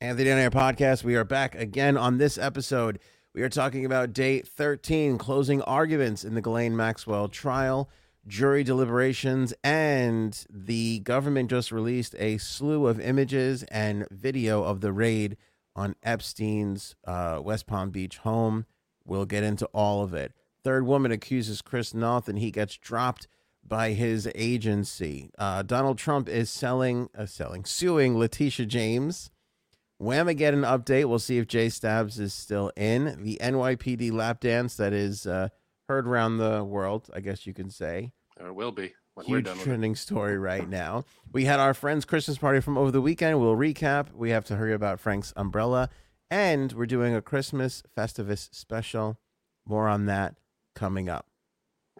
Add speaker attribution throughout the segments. Speaker 1: Anthony on Air podcast. We are back again on this episode. We are talking about day 13, closing arguments in the Ghislaine Maxwell trial, jury deliberations, and the government just released a slew of images and video of the raid on Epstein's uh, West Palm Beach home. We'll get into all of it. Third woman accuses Chris Noth, and he gets dropped by his agency. Uh, Donald Trump is selling, uh, selling, suing Letitia James. Whamageddon update. We'll see if Jay Stabs is still in the NYPD lap dance that is uh, heard around the world. I guess you can say
Speaker 2: Or will be when we're
Speaker 1: huge
Speaker 2: done with it.
Speaker 1: trending story right now. We had our friend's Christmas party from over the weekend. We'll recap. We have to hurry about Frank's umbrella, and we're doing a Christmas Festivus special. More on that coming up.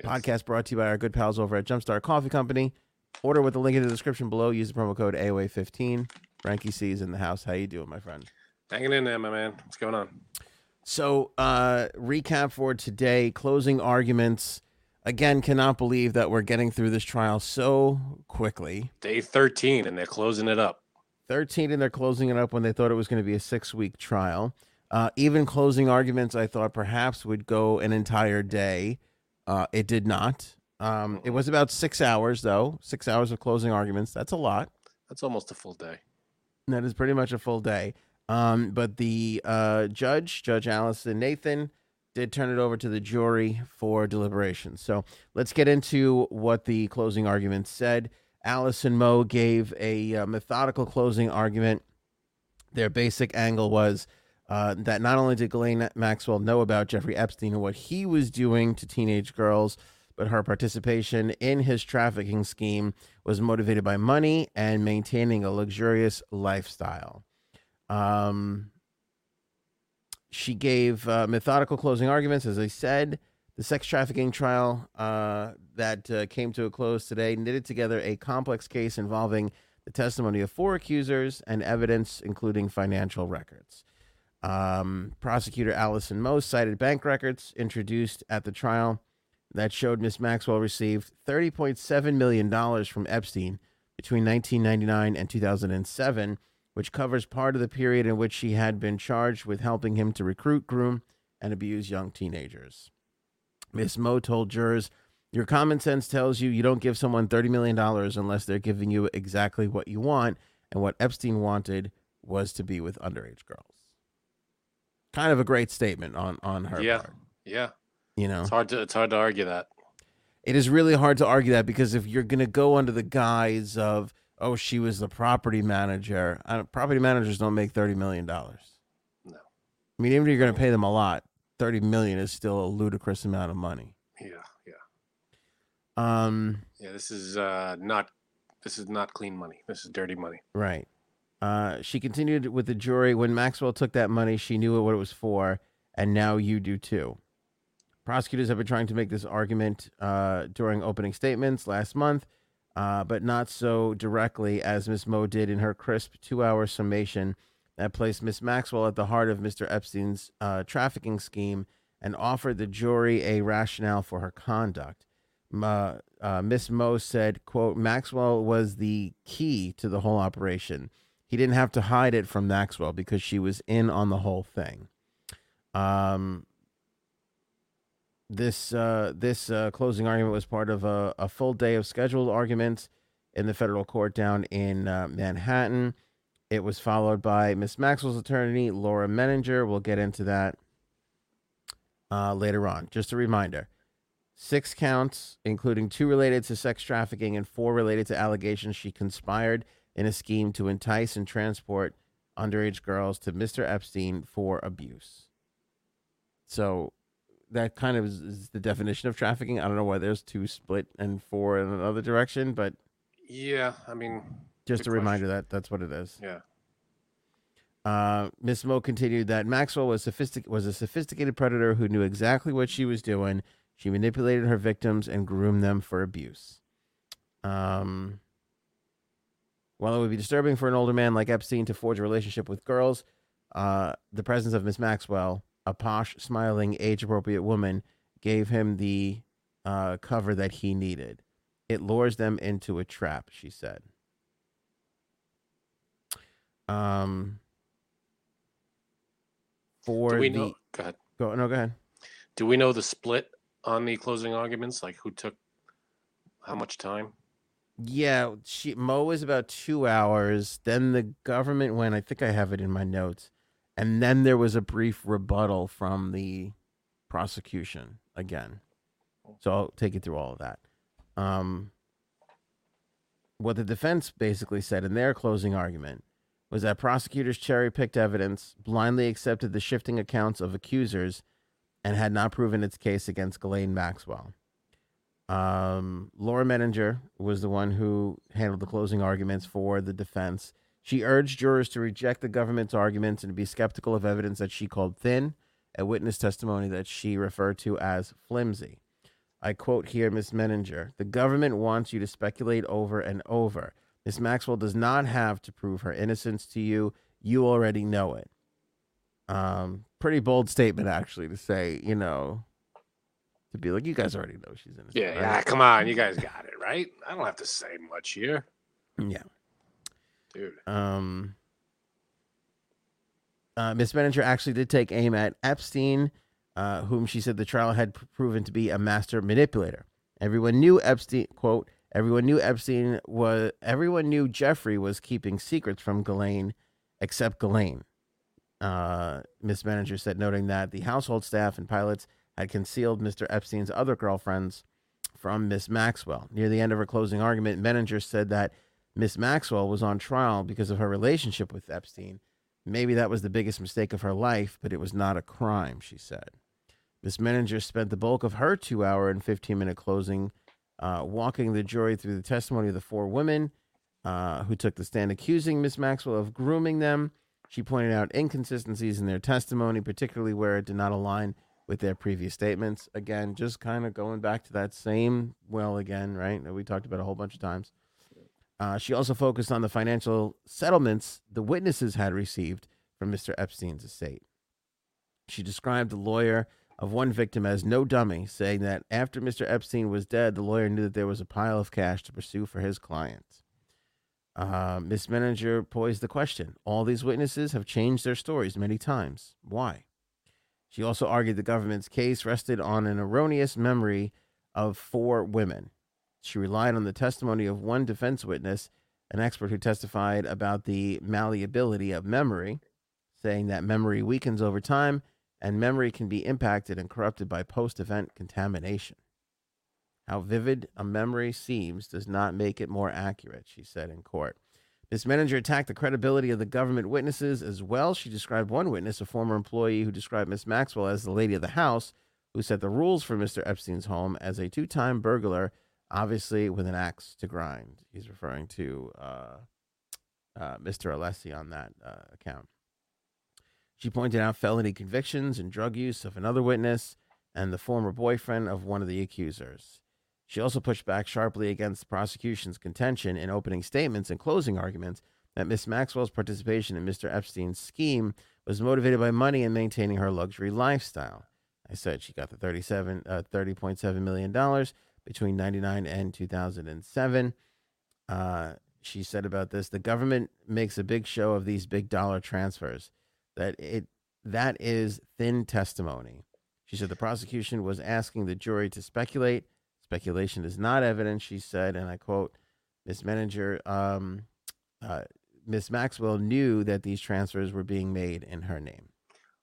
Speaker 2: Yes.
Speaker 1: Podcast brought to you by our good pals over at Jumpstart Coffee Company. Order with the link in the description below. Use the promo code AOA15. Frankie C is in the house. How you doing, my friend?
Speaker 2: Hanging in there, my man. What's going on?
Speaker 1: So, uh, recap for today, closing arguments. Again, cannot believe that we're getting through this trial so quickly.
Speaker 2: Day 13, and they're closing it up.
Speaker 1: 13, and they're closing it up when they thought it was going to be a six week trial. Uh, even closing arguments, I thought perhaps would go an entire day. Uh, it did not. Um, it was about six hours, though. Six hours of closing arguments. That's a lot.
Speaker 2: That's almost a full day.
Speaker 1: That is pretty much a full day. Um, but the uh, judge, Judge Allison Nathan, did turn it over to the jury for deliberation. So let's get into what the closing argument said. Allison Moe gave a uh, methodical closing argument. Their basic angle was uh, that not only did Ghislaine Maxwell know about Jeffrey Epstein and what he was doing to teenage girls, but her participation in his trafficking scheme was motivated by money and maintaining a luxurious lifestyle. Um, she gave uh, methodical closing arguments, as I said. The sex trafficking trial uh, that uh, came to a close today knitted together a complex case involving the testimony of four accusers and evidence, including financial records. Um, prosecutor Allison Moe cited bank records introduced at the trial that showed Miss Maxwell received $30.7 million from Epstein between 1999 and 2007, which covers part of the period in which she had been charged with helping him to recruit, groom, and abuse young teenagers. Miss Moe told jurors, Your common sense tells you you don't give someone $30 million unless they're giving you exactly what you want, and what Epstein wanted was to be with underage girls. Kind of a great statement on, on her
Speaker 2: yeah.
Speaker 1: part.
Speaker 2: Yeah.
Speaker 1: You know,
Speaker 2: It's hard to it's hard to argue that.
Speaker 1: it is really hard to argue that because if you're going to go under the guise of oh she was the property manager I don't, property managers don't make 30 million dollars
Speaker 2: No.
Speaker 1: i mean even if you're going to pay them a lot 30 million is still a ludicrous amount of money
Speaker 2: Yeah. Yeah.
Speaker 1: um
Speaker 2: Yeah. This is uh not this is not clean money. This is dirty money.
Speaker 1: Right. Uh, she continued with the jury. When Maxwell took that money, she knew what it was for, and now you do too. Prosecutors have been trying to make this argument uh, during opening statements last month, uh, but not so directly as Ms. Moe did in her crisp two hour summation that placed Miss Maxwell at the heart of Mr. Epstein's uh, trafficking scheme and offered the jury a rationale for her conduct. Ma, uh, Miss Mo said, "quote Maxwell was the key to the whole operation. He didn't have to hide it from Maxwell because she was in on the whole thing." Um, this uh, this uh, closing argument was part of a, a full day of scheduled arguments in the federal court down in uh, Manhattan. It was followed by Miss Maxwell's attorney, Laura Menninger. We'll get into that uh, later on. Just a reminder six counts, including two related to sex trafficking and four related to allegations she conspired in a scheme to entice and transport underage girls to Mr. Epstein for abuse. So that kind of is, is the definition of trafficking. I don't know why there's two split and four in another direction, but
Speaker 2: Yeah. I mean
Speaker 1: just
Speaker 2: Good
Speaker 1: a reminder that that's what it is.
Speaker 2: Yeah.
Speaker 1: Uh, Miss Mo continued that Maxwell was sophistic- was a sophisticated predator who knew exactly what she was doing. She manipulated her victims and groomed them for abuse. Um, while it would be disturbing for an older man like Epstein to forge a relationship with girls, uh, the presence of Miss Maxwell, a posh, smiling, age-appropriate woman, gave him the uh, cover that he needed. It lures them into a trap, she said. Um, for
Speaker 2: Do we
Speaker 1: the
Speaker 2: know? Go ahead.
Speaker 1: go no go ahead.
Speaker 2: Do we know the split on the closing arguments? Like who took how much time?
Speaker 1: Yeah, she Mo was about two hours. Then the government went. I think I have it in my notes. And then there was a brief rebuttal from the prosecution again. So I'll take you through all of that. Um, what the defense basically said in their closing argument was that prosecutors cherry picked evidence, blindly accepted the shifting accounts of accusers, and had not proven its case against Ghislaine Maxwell. Um, Laura Menninger was the one who handled the closing arguments for the defense. She urged jurors to reject the government's arguments and be skeptical of evidence that she called thin and witness testimony that she referred to as flimsy. I quote here Ms. Menninger The government wants you to speculate over and over. Ms. Maxwell does not have to prove her innocence to you. You already know it. Um, pretty bold statement, actually, to say, you know, to be like, you guys already know she's innocent.
Speaker 2: Yeah,
Speaker 1: right?"
Speaker 2: yeah. Ah, Come on, you guys got it right. I don't have to say much here,
Speaker 1: Yeah.
Speaker 2: dude.
Speaker 1: Um, uh, Miss Menninger actually did take aim at Epstein, uh, whom she said the trial had p- proven to be a master manipulator. Everyone knew Epstein. Quote: Everyone knew Epstein was. Everyone knew Jeffrey was keeping secrets from Ghislaine, except Ghislaine. Uh, Miss Manager said, noting that the household staff and pilots had concealed Mr. Epstein's other girlfriends from Miss Maxwell. Near the end of her closing argument, Menninger said that Miss Maxwell was on trial because of her relationship with Epstein. Maybe that was the biggest mistake of her life, but it was not a crime, she said. Miss Menninger spent the bulk of her two hour and 15 minute closing uh, walking the jury through the testimony of the four women uh, who took the stand accusing Miss Maxwell of grooming them. She pointed out inconsistencies in their testimony, particularly where it did not align with their previous statements. Again, just kind of going back to that same well again, right? That we talked about a whole bunch of times. Uh, she also focused on the financial settlements the witnesses had received from Mr. Epstein's estate. She described the lawyer of one victim as no dummy, saying that after Mr. Epstein was dead, the lawyer knew that there was a pile of cash to pursue for his client. Uh, Miss Manager posed the question All these witnesses have changed their stories many times. Why? She also argued the government's case rested on an erroneous memory of four women. She relied on the testimony of one defense witness, an expert who testified about the malleability of memory, saying that memory weakens over time and memory can be impacted and corrupted by post event contamination. How vivid a memory seems does not make it more accurate, she said in court. Miss Manager attacked the credibility of the government witnesses as well. She described one witness, a former employee who described Miss Maxwell as the lady of the house who set the rules for Mr. Epstein's home as a two time burglar obviously with an axe to grind. He's referring to uh, uh, Mr. Alessi on that uh, account. She pointed out felony convictions and drug use of another witness and the former boyfriend of one of the accusers. She also pushed back sharply against the prosecution's contention in opening statements and closing arguments that Miss Maxwell's participation in Mr. Epstein's scheme was motivated by money and maintaining her luxury lifestyle. I said she got the 37 uh, 30.7 million dollars between 99 and 2007. Uh, she said about this the government makes a big show of these big dollar transfers that it that is thin testimony she said the prosecution was asking the jury to speculate speculation is not evidence she said and i quote miss manager um, uh, miss maxwell knew that these transfers were being made in her name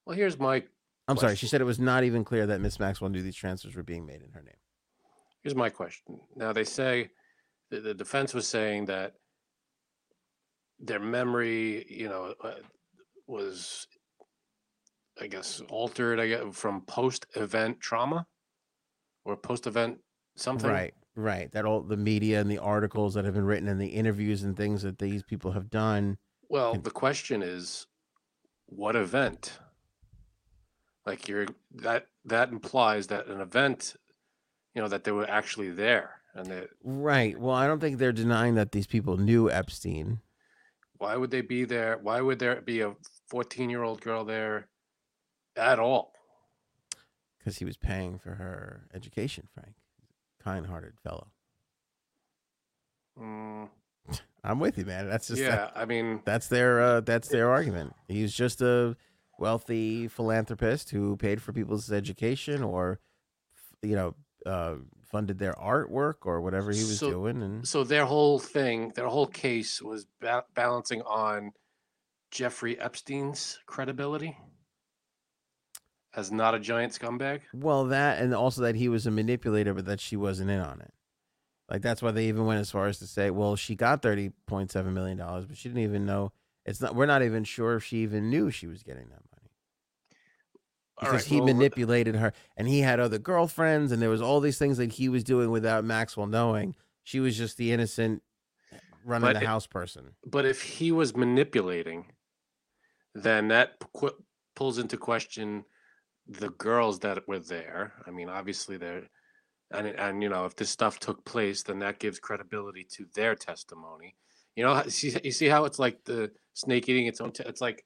Speaker 2: Well, here's my
Speaker 1: i'm sorry she
Speaker 2: Question.
Speaker 1: said it was not even clear that miss maxwell knew these transfers were being made in her name
Speaker 2: here's my question. Now they say the, the defense was saying that their memory, you know, uh, was I guess altered. I guess from post-event trauma or post-event something.
Speaker 1: Right, right. That all the media and the articles that have been written and the interviews and things that these people have done.
Speaker 2: Well,
Speaker 1: Can-
Speaker 2: the question is, what event? Like you're that that implies that an event, you know, that they were actually there, and that
Speaker 1: Right. Well, I don't think they're denying that these people knew Epstein.
Speaker 2: why would they be there? Why would there be a 14 year old girl there at all?
Speaker 1: because he was paying for her education. Frank, kind-hearted fellow.
Speaker 2: Mm,
Speaker 1: I'm with you, man. That's just
Speaker 2: yeah, I mean,
Speaker 1: that's their uh, that's their argument. He's just a wealthy philanthropist who paid for people's education or, you know, uh, funded their artwork or whatever he was
Speaker 2: So-
Speaker 1: doing. And
Speaker 2: So their whole thing, their whole case was ba- balancing on Jeffrey Epstein's credibility as not a giant scumbag.
Speaker 1: well, that and also that he was a manipulator, but that she wasn't in on it. Like that's why they even went as far as to say, well, she got thirty point seven million dollars, but she didn't even know. It's not. We're not even sure if she even knew she was getting that money.
Speaker 2: All
Speaker 1: because
Speaker 2: right,
Speaker 1: he
Speaker 2: well,
Speaker 1: manipulated her and he had other girlfriends and there was all these things that he was doing without maxwell knowing she was just the innocent running
Speaker 2: But
Speaker 1: the
Speaker 2: it-
Speaker 1: house person
Speaker 2: But if he was manipulating, then that p- qu- pulls into question the girls that were there. I mean, obviously they're, and it- and you know, if this stuff took place, then that gives credibility to their testimony. You know, how- see- you see how it's like the snake eating its own. ta- it's like,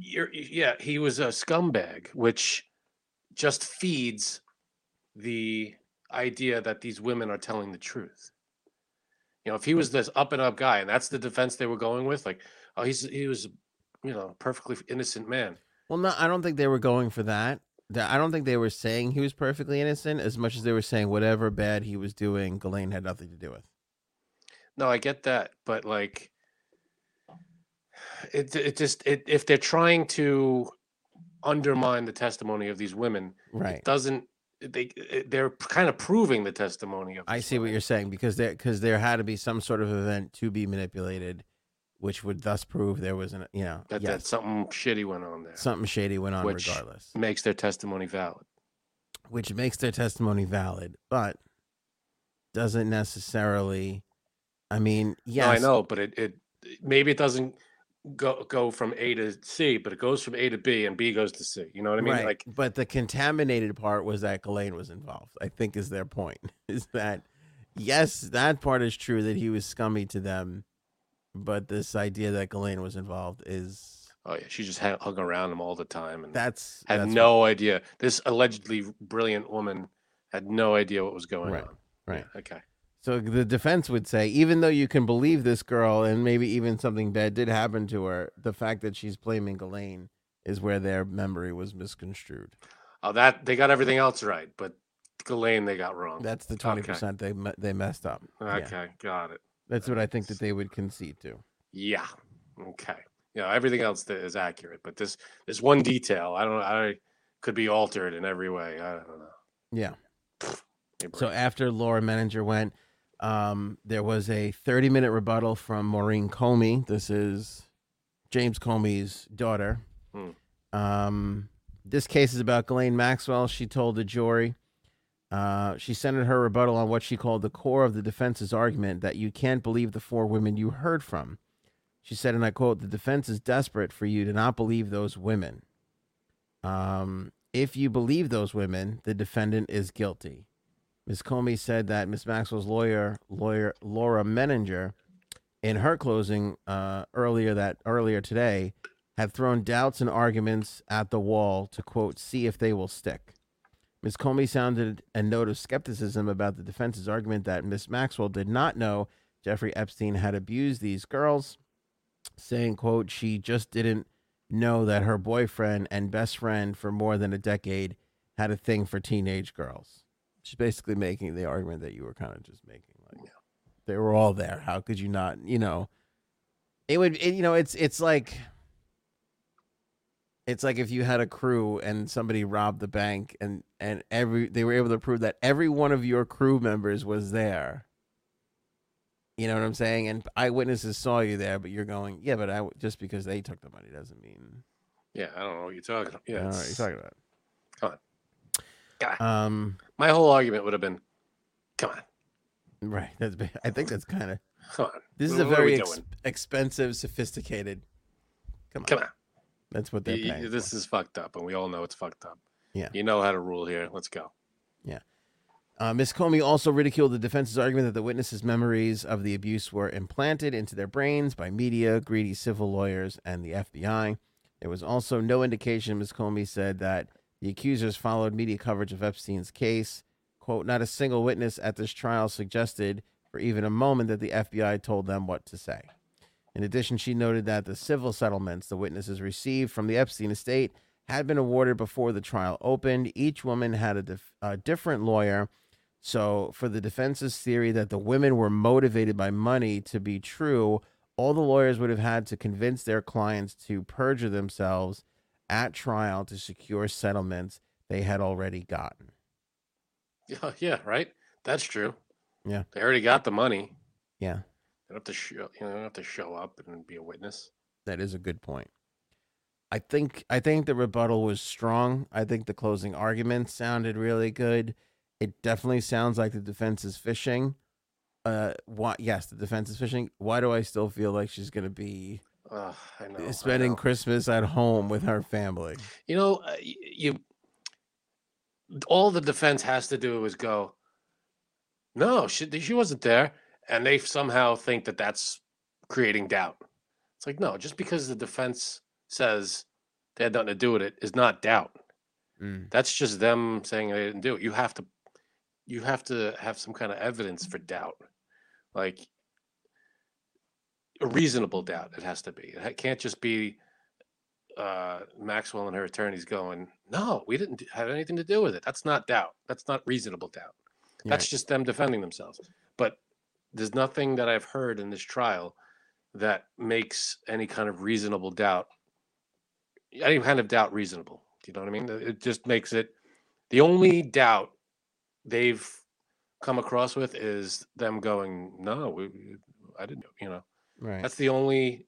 Speaker 2: you're, yeah, he was a scumbag, which just feeds the idea that these women are telling the truth. You know, if he was this up and up guy, and that's the defense they were going with, like, oh, he's he was, you know, perfectly innocent man.
Speaker 1: well no i don't think they were going for that Th- i don't think they were saying he was perfectly innocent as much as they were saying whatever bad he was doing Ghislaine had nothing to do with
Speaker 2: No, I get that, but like, it it just it if they're trying to undermine the testimony of these women,
Speaker 1: right
Speaker 2: doesn't they it- they're kind of proving the testimony of
Speaker 1: i
Speaker 2: these
Speaker 1: see what
Speaker 2: women.
Speaker 1: you're saying because there because there had to be some sort of event to be manipulated which would thus prove there was an you know
Speaker 2: that
Speaker 1: yes,
Speaker 2: that something shitty went on there
Speaker 1: something shady went on
Speaker 2: Which-
Speaker 1: regardless
Speaker 2: makes their testimony valid.
Speaker 1: which makes their testimony valid, but doesn't necessarily. I mean, yes,
Speaker 2: No, I know, but it, it maybe it doesn't go go from A to C, but it goes from A to B and B goes to C. You know what I mean?
Speaker 1: right?
Speaker 2: Like
Speaker 1: but the contaminated part was that Ghislaine was involved. I think is their point is that yes, that part is true that he was scummy to them, but this idea that Ghislaine was involved is
Speaker 2: oh yeah, she just ha- hung around him all the time and
Speaker 1: that's
Speaker 2: had
Speaker 1: that's
Speaker 2: no idea. This allegedly brilliant woman had no idea what was going
Speaker 1: Right,
Speaker 2: on.
Speaker 1: right.
Speaker 2: Yeah, okay.
Speaker 1: So the defense would say, even though you can believe this girl and maybe even something bad did happen to her, the fact that she's blaming Ghislaine is where their memory was misconstrued.
Speaker 2: Oh, that they got everything else right, but Ghislaine they got wrong.
Speaker 1: That's the
Speaker 2: Okay.
Speaker 1: twenty percent they me- they messed up. Yeah.
Speaker 2: okay, got it.
Speaker 1: That's what I think that they would concede to.
Speaker 2: Yeah. Okay. Yeah, everything else that is accurate, but this this one detail, I don't I could be altered in every way. I don't know.
Speaker 1: Yeah.
Speaker 2: Hey,
Speaker 1: So after Laura Menninger went, um, there was a thirty minute rebuttal from Maureen Comey. This is James Comey's daughter.
Speaker 2: Hmm.
Speaker 1: Um, this case is about Ghislaine Maxwell. She told the jury. Uh, she centered her rebuttal on what she called the core of the defense's argument that you can't believe the four women you heard from. She said, and I quote, the defense is desperate for you to not believe those women. Um, if you believe those women, the defendant is guilty. Ms. Comey said that Ms. Maxwell's lawyer, lawyer Laura Menninger, in her closing uh, earlier that earlier today, had thrown doubts and arguments at the wall to quote, see if they will stick. Ms. Comey sounded a note of skepticism about the defense's argument that Ms. Maxwell did not know Jeffrey Epstein had abused these girls, saying, quote, she just didn't know that her boyfriend and best friend for more than a decade had a thing for teenage girls. She's basically making the argument that you were kind of just making. Like they were all there. How could you not, you know? It would it, you know, it's it's like it's like if you had a crew and somebody robbed the bank and and every they were able to prove that every one of your crew members was there. You know what I'm saying? And eyewitnesses saw you there, but you're going, yeah, but I w- just because they took the money doesn't mean
Speaker 2: Yeah, I don't know what you're talking about.
Speaker 1: I
Speaker 2: Yeah,
Speaker 1: don't know what
Speaker 2: it's-
Speaker 1: you're talking about.
Speaker 2: Come on. God.
Speaker 1: Um,
Speaker 2: my whole argument would have been, come on,
Speaker 1: right. That's. ba- I think that's kind of.
Speaker 2: come on,
Speaker 1: This is
Speaker 2: What-
Speaker 1: a
Speaker 2: what are we
Speaker 1: very ex-
Speaker 2: doing?
Speaker 1: expensive, sophisticated. Come on,
Speaker 2: come on.
Speaker 1: that's what
Speaker 2: Y-
Speaker 1: they're
Speaker 2: y-
Speaker 1: paying. for.
Speaker 2: this is fucked up, and we all know it's fucked up.
Speaker 1: Yeah.
Speaker 2: you know how to rule here. Let's go.
Speaker 1: Uh, Ms. Comey also ridiculed the defense's argument that the witnesses' memories of the abuse were implanted into their brains by media, greedy civil lawyers, and the FBI. There was also no indication, Ms. Comey said, that the accusers followed media coverage of Epstein's case. Quote, not a single witness at this trial suggested for even a moment that the FBI told them what to say. In addition, she noted that the civil settlements the witnesses received from the Epstein estate had been awarded before the trial opened. Each woman had a, dif- a different lawyer. So, for the defense's theory that the women were motivated by money to be true, all the lawyers would have had to convince their clients to perjure themselves at trial to secure settlements they had already gotten.
Speaker 2: Yeah, yeah, right. That's true.
Speaker 1: Yeah.
Speaker 2: they already got the money.
Speaker 1: Yeah.
Speaker 2: They don't have to show. You know, they don't have to show up and be a witness.
Speaker 1: That is a good point. I think I think the rebuttal was strong. I think the closing argument sounded really good. It definitely sounds like the defense is fishing. Uh, why? Yes, the defense is fishing. Why do I still feel like she's gonna be
Speaker 2: Ugh, I know. I
Speaker 1: spending
Speaker 2: know.
Speaker 1: Christmas at home with her family?
Speaker 2: You know, uh, y- you all the defense has to do is go, no, she she wasn't there, and they somehow think that that's creating doubt. It's like no, just because the defense says they had nothing to do with it is not doubt.
Speaker 1: Mm.
Speaker 2: That's just them saying they didn't do it. You have to, you have to have some kind of evidence for doubt, like a reasonable doubt. It has to be. It can't just be uh, Maxwell and her attorneys going, "No, we didn't d- have anything to do with it." That's not doubt. That's not reasonable doubt. That's
Speaker 1: Right.
Speaker 2: just them defending themselves. But there's nothing that I've heard in this trial that makes any kind of reasonable doubt, any kind of doubt reasonable. Do you know what I mean? It it just makes it the only doubt they've come across with is them going, no, we, we- I didn't, you know,
Speaker 1: Right.
Speaker 2: that's the only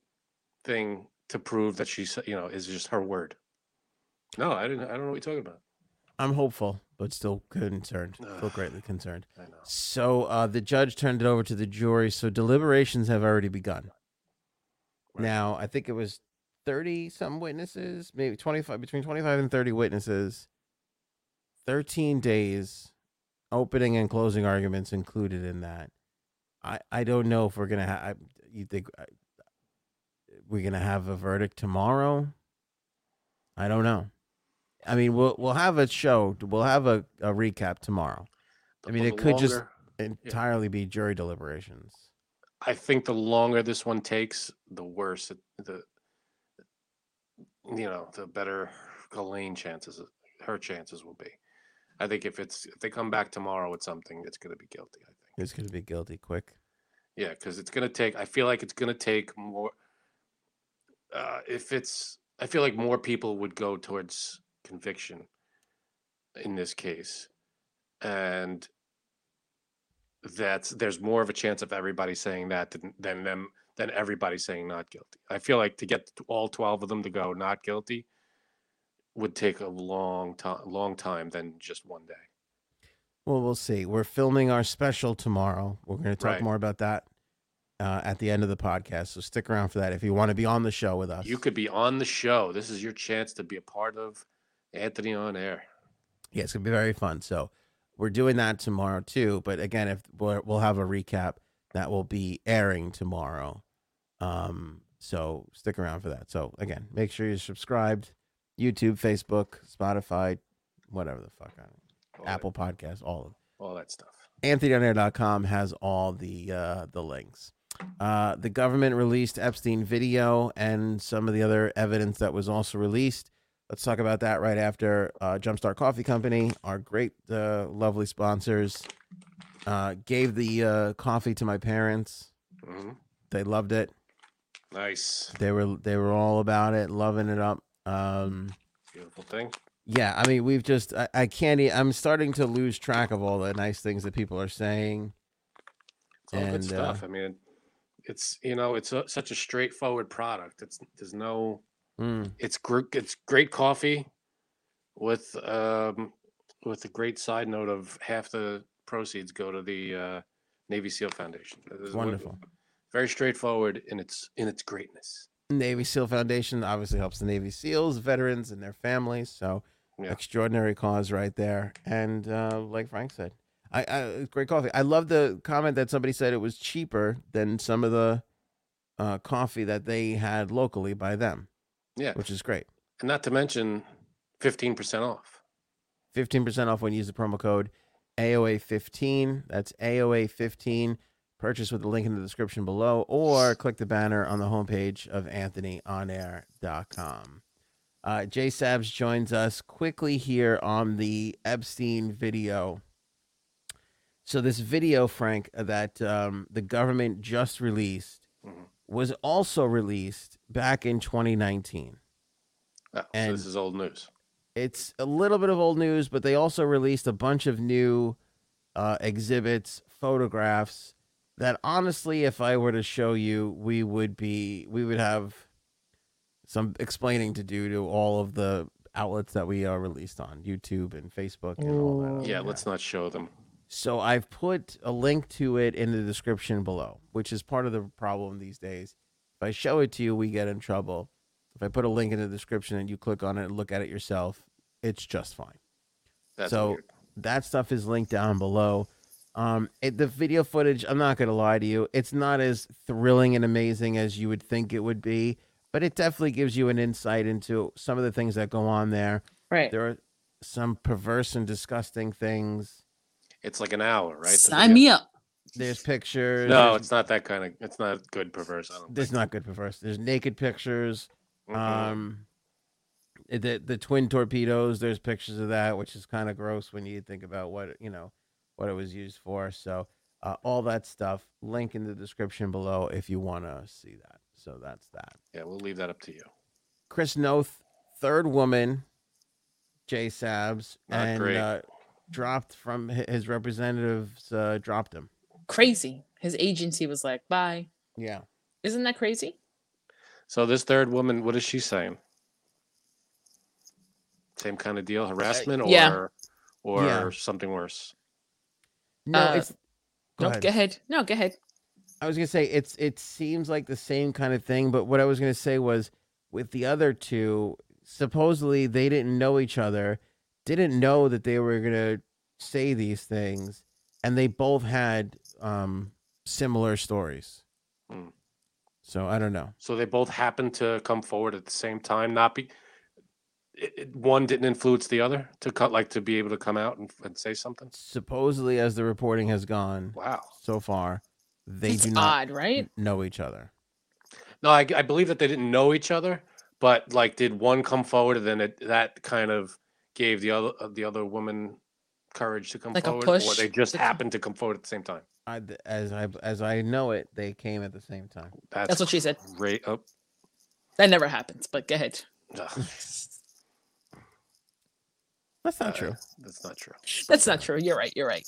Speaker 2: thing to prove that she, said, you know, is just her word. No, I didn't, I don't know what you're talking about.
Speaker 1: I'm hopeful, but still concerned. Still
Speaker 2: Ugh.
Speaker 1: greatly concerned.
Speaker 2: I know.
Speaker 1: So uh, the judge turned it over to the jury. So deliberations have already begun.
Speaker 2: Right.
Speaker 1: Now I think it was thirty some witnesses, maybe twenty five between twenty five and thirty witnesses. Thirteen days, opening and closing arguments included in that. I I don't know if we're gonna have. You think I, we're gonna have a verdict tomorrow? I don't know. I mean, we'll we'll have a show. We'll have a, a recap tomorrow. I mean,
Speaker 2: But
Speaker 1: it
Speaker 2: the
Speaker 1: could just-
Speaker 2: longer-
Speaker 1: Entirely be jury deliberations.
Speaker 2: I think the longer this one takes, the worse it, the you know the better Colleen chances, her chances will be. I think if it's if they come back tomorrow with something, it's going to be guilty. I think.
Speaker 1: It's gonna be guilty quick.
Speaker 2: Yeah, because it's gonna take. I feel like it's gonna take more. Uh, if it's, I feel like more people would go towards conviction in this case, and that's there's more of a chance of everybody saying that than, than them than everybody saying not guilty. I feel like to get t- all twelve of them to go not guilty would take a long time, long time than just one day.
Speaker 1: Well, we'll see. We're filming our special tomorrow. We're going to talk
Speaker 2: Right.
Speaker 1: more about that uh, at the end of the podcast. So stick around for that if you want to be on the show with us.
Speaker 2: You could be on the show. This is your chance to be a part of Anthony on air.
Speaker 1: Yeah, it's going to be very fun. So we're doing that tomorrow too. But again, if we're, we'll have a recap that will be airing tomorrow. Um, so stick around for that. So again, make sure you're subscribed. YouTube, Facebook, Spotify, whatever the fuck, I don't,
Speaker 2: all that-
Speaker 1: Apple Podcasts, all of them.
Speaker 2: all that stuff.
Speaker 1: AnthonyDownAir.com has all the uh, the links. Uh, the government released Epstein video and some of the other evidence that was also released. Let's talk about that right after uh, Jumpstart Coffee Company, our great, uh, lovely sponsors, uh, gave the uh, coffee to my parents.
Speaker 2: Mhm.
Speaker 1: They loved it.
Speaker 2: Nice,
Speaker 1: They were they were all about it, loving it up. Um,
Speaker 2: beautiful thing.
Speaker 1: yeah, I mean, we've just, I, I can't, e- I'm starting to lose track of all the nice things that people are saying.
Speaker 2: It's all
Speaker 1: And,
Speaker 2: good
Speaker 1: uh,
Speaker 2: stuff. I mean, it's you know, it's a, such a straightforward product. It's there's no,
Speaker 1: Mm,
Speaker 2: it's gr- it's great coffee with um with a great side note of half the proceeds go to the uh, Navy SEAL Foundation. This is what-
Speaker 1: wonderful.
Speaker 2: very straightforward in its in its greatness.
Speaker 1: Navy SEAL Foundation obviously helps the Navy SEALs, veterans, and their families. So
Speaker 2: Yeah.
Speaker 1: extraordinary cause right there. And uh, like Frank said, I, I it's great coffee. I love the comment that somebody said it was cheaper than some of the uh, coffee that they had locally by them,
Speaker 2: Yeah,
Speaker 1: which is great.
Speaker 2: and not to mention fifteen percent off.
Speaker 1: Fifteen percent off when you use the promo code AOA fifteen. That's AOA fifteen. Purchase with the link in the description below or click the banner on the homepage of anthonyonair.com. Uh, Jay Sabs joins us quickly here on the Epstein video. So, this video, Frank, that um, the government just released
Speaker 2: Mhm.
Speaker 1: was also released back in 2019.
Speaker 2: Oh, so
Speaker 1: And-
Speaker 2: this is old news.
Speaker 1: it's a little bit of old news, but they also released a bunch of new uh, exhibits, photographs that honestly, if I were to show you, we would be we would have some explaining to do to all of the outlets that we are released on YouTube and Facebook and all that.
Speaker 3: Ooh.
Speaker 1: other
Speaker 2: Yeah,
Speaker 1: crap.
Speaker 2: let's not show them.
Speaker 1: So I've put a link to it in the description below, which is part of the problem these days. If I show it to you, we get in trouble. If I put a link in the description and you click on it and look at it yourself, it's just fine.
Speaker 2: That's
Speaker 1: So-
Speaker 2: weird.
Speaker 1: That stuff is linked down below. Um, it, the video footage, I'm not going to lie to you, it's not as thrilling and amazing as you would think it would be, but it definitely gives you an insight into some of the things that go on there.
Speaker 3: Right.
Speaker 1: There are some perverse and disgusting things.
Speaker 2: It's like an hour, right? The
Speaker 3: Sign
Speaker 2: video?
Speaker 3: me up.
Speaker 1: There's pictures.
Speaker 2: No,
Speaker 1: there's
Speaker 2: it's not that kind of. It's not good perverse. I don't
Speaker 1: There's not good perverse. There's naked pictures.
Speaker 2: Mhm.
Speaker 1: Um, the the twin torpedoes. There's pictures of that, which is kind of gross when you think about what you know, what it was used for. So uh, all that stuff. Link in the description below if you want to see that. So that's that.
Speaker 2: yeah, we'll leave that up to you.
Speaker 1: Chris Noth, third woman, Jay Sabs,
Speaker 2: Not
Speaker 1: and
Speaker 2: great.
Speaker 1: uh, dropped from hi- his representatives. Uh, dropped him.
Speaker 3: Crazy. His agency was like, bye.
Speaker 1: Yeah.
Speaker 3: Isn't that crazy?
Speaker 2: So this third woman, what is she saying? Same kind of deal, harassment, or
Speaker 3: yeah.
Speaker 2: or
Speaker 1: Yeah.
Speaker 2: something worse.
Speaker 1: No,
Speaker 3: Uh,
Speaker 1: it's.
Speaker 3: no, go ahead. No, go ahead.
Speaker 1: I was gonna say it's it seems like the same kind of thing, but what I was gonna say was with the other two, supposedly they didn't know each other, didn't know that they were gonna say these things, and they both had um, similar stories.
Speaker 2: Hmm.
Speaker 1: So I don't know.
Speaker 2: So they both happened to come forward at the same time. Not be it, it- one didn't influence the other to cut like to be able to come out and, and say something.
Speaker 1: Supposedly, as the reporting has gone
Speaker 2: Wow.
Speaker 1: so far, they
Speaker 3: It's
Speaker 1: do not Mm,
Speaker 3: odd, right?
Speaker 1: know each other.
Speaker 2: No, I, I believe that they didn't know each other, but like, did one come forward and then it, that kind of gave the other uh, the other woman courage to come
Speaker 3: Like a
Speaker 2: forward, or
Speaker 3: push
Speaker 2: they just
Speaker 3: to come-
Speaker 2: happened to come forward at the same time?
Speaker 1: I, as I as I know it, they came at the same time.
Speaker 2: That's,
Speaker 3: That's what she said.
Speaker 2: Great. Oh,
Speaker 3: That never happens, but go ahead.
Speaker 2: ugh,
Speaker 1: That's not
Speaker 2: Uh,
Speaker 1: true.
Speaker 2: that's not true.
Speaker 3: That's not true. You're right. You're right.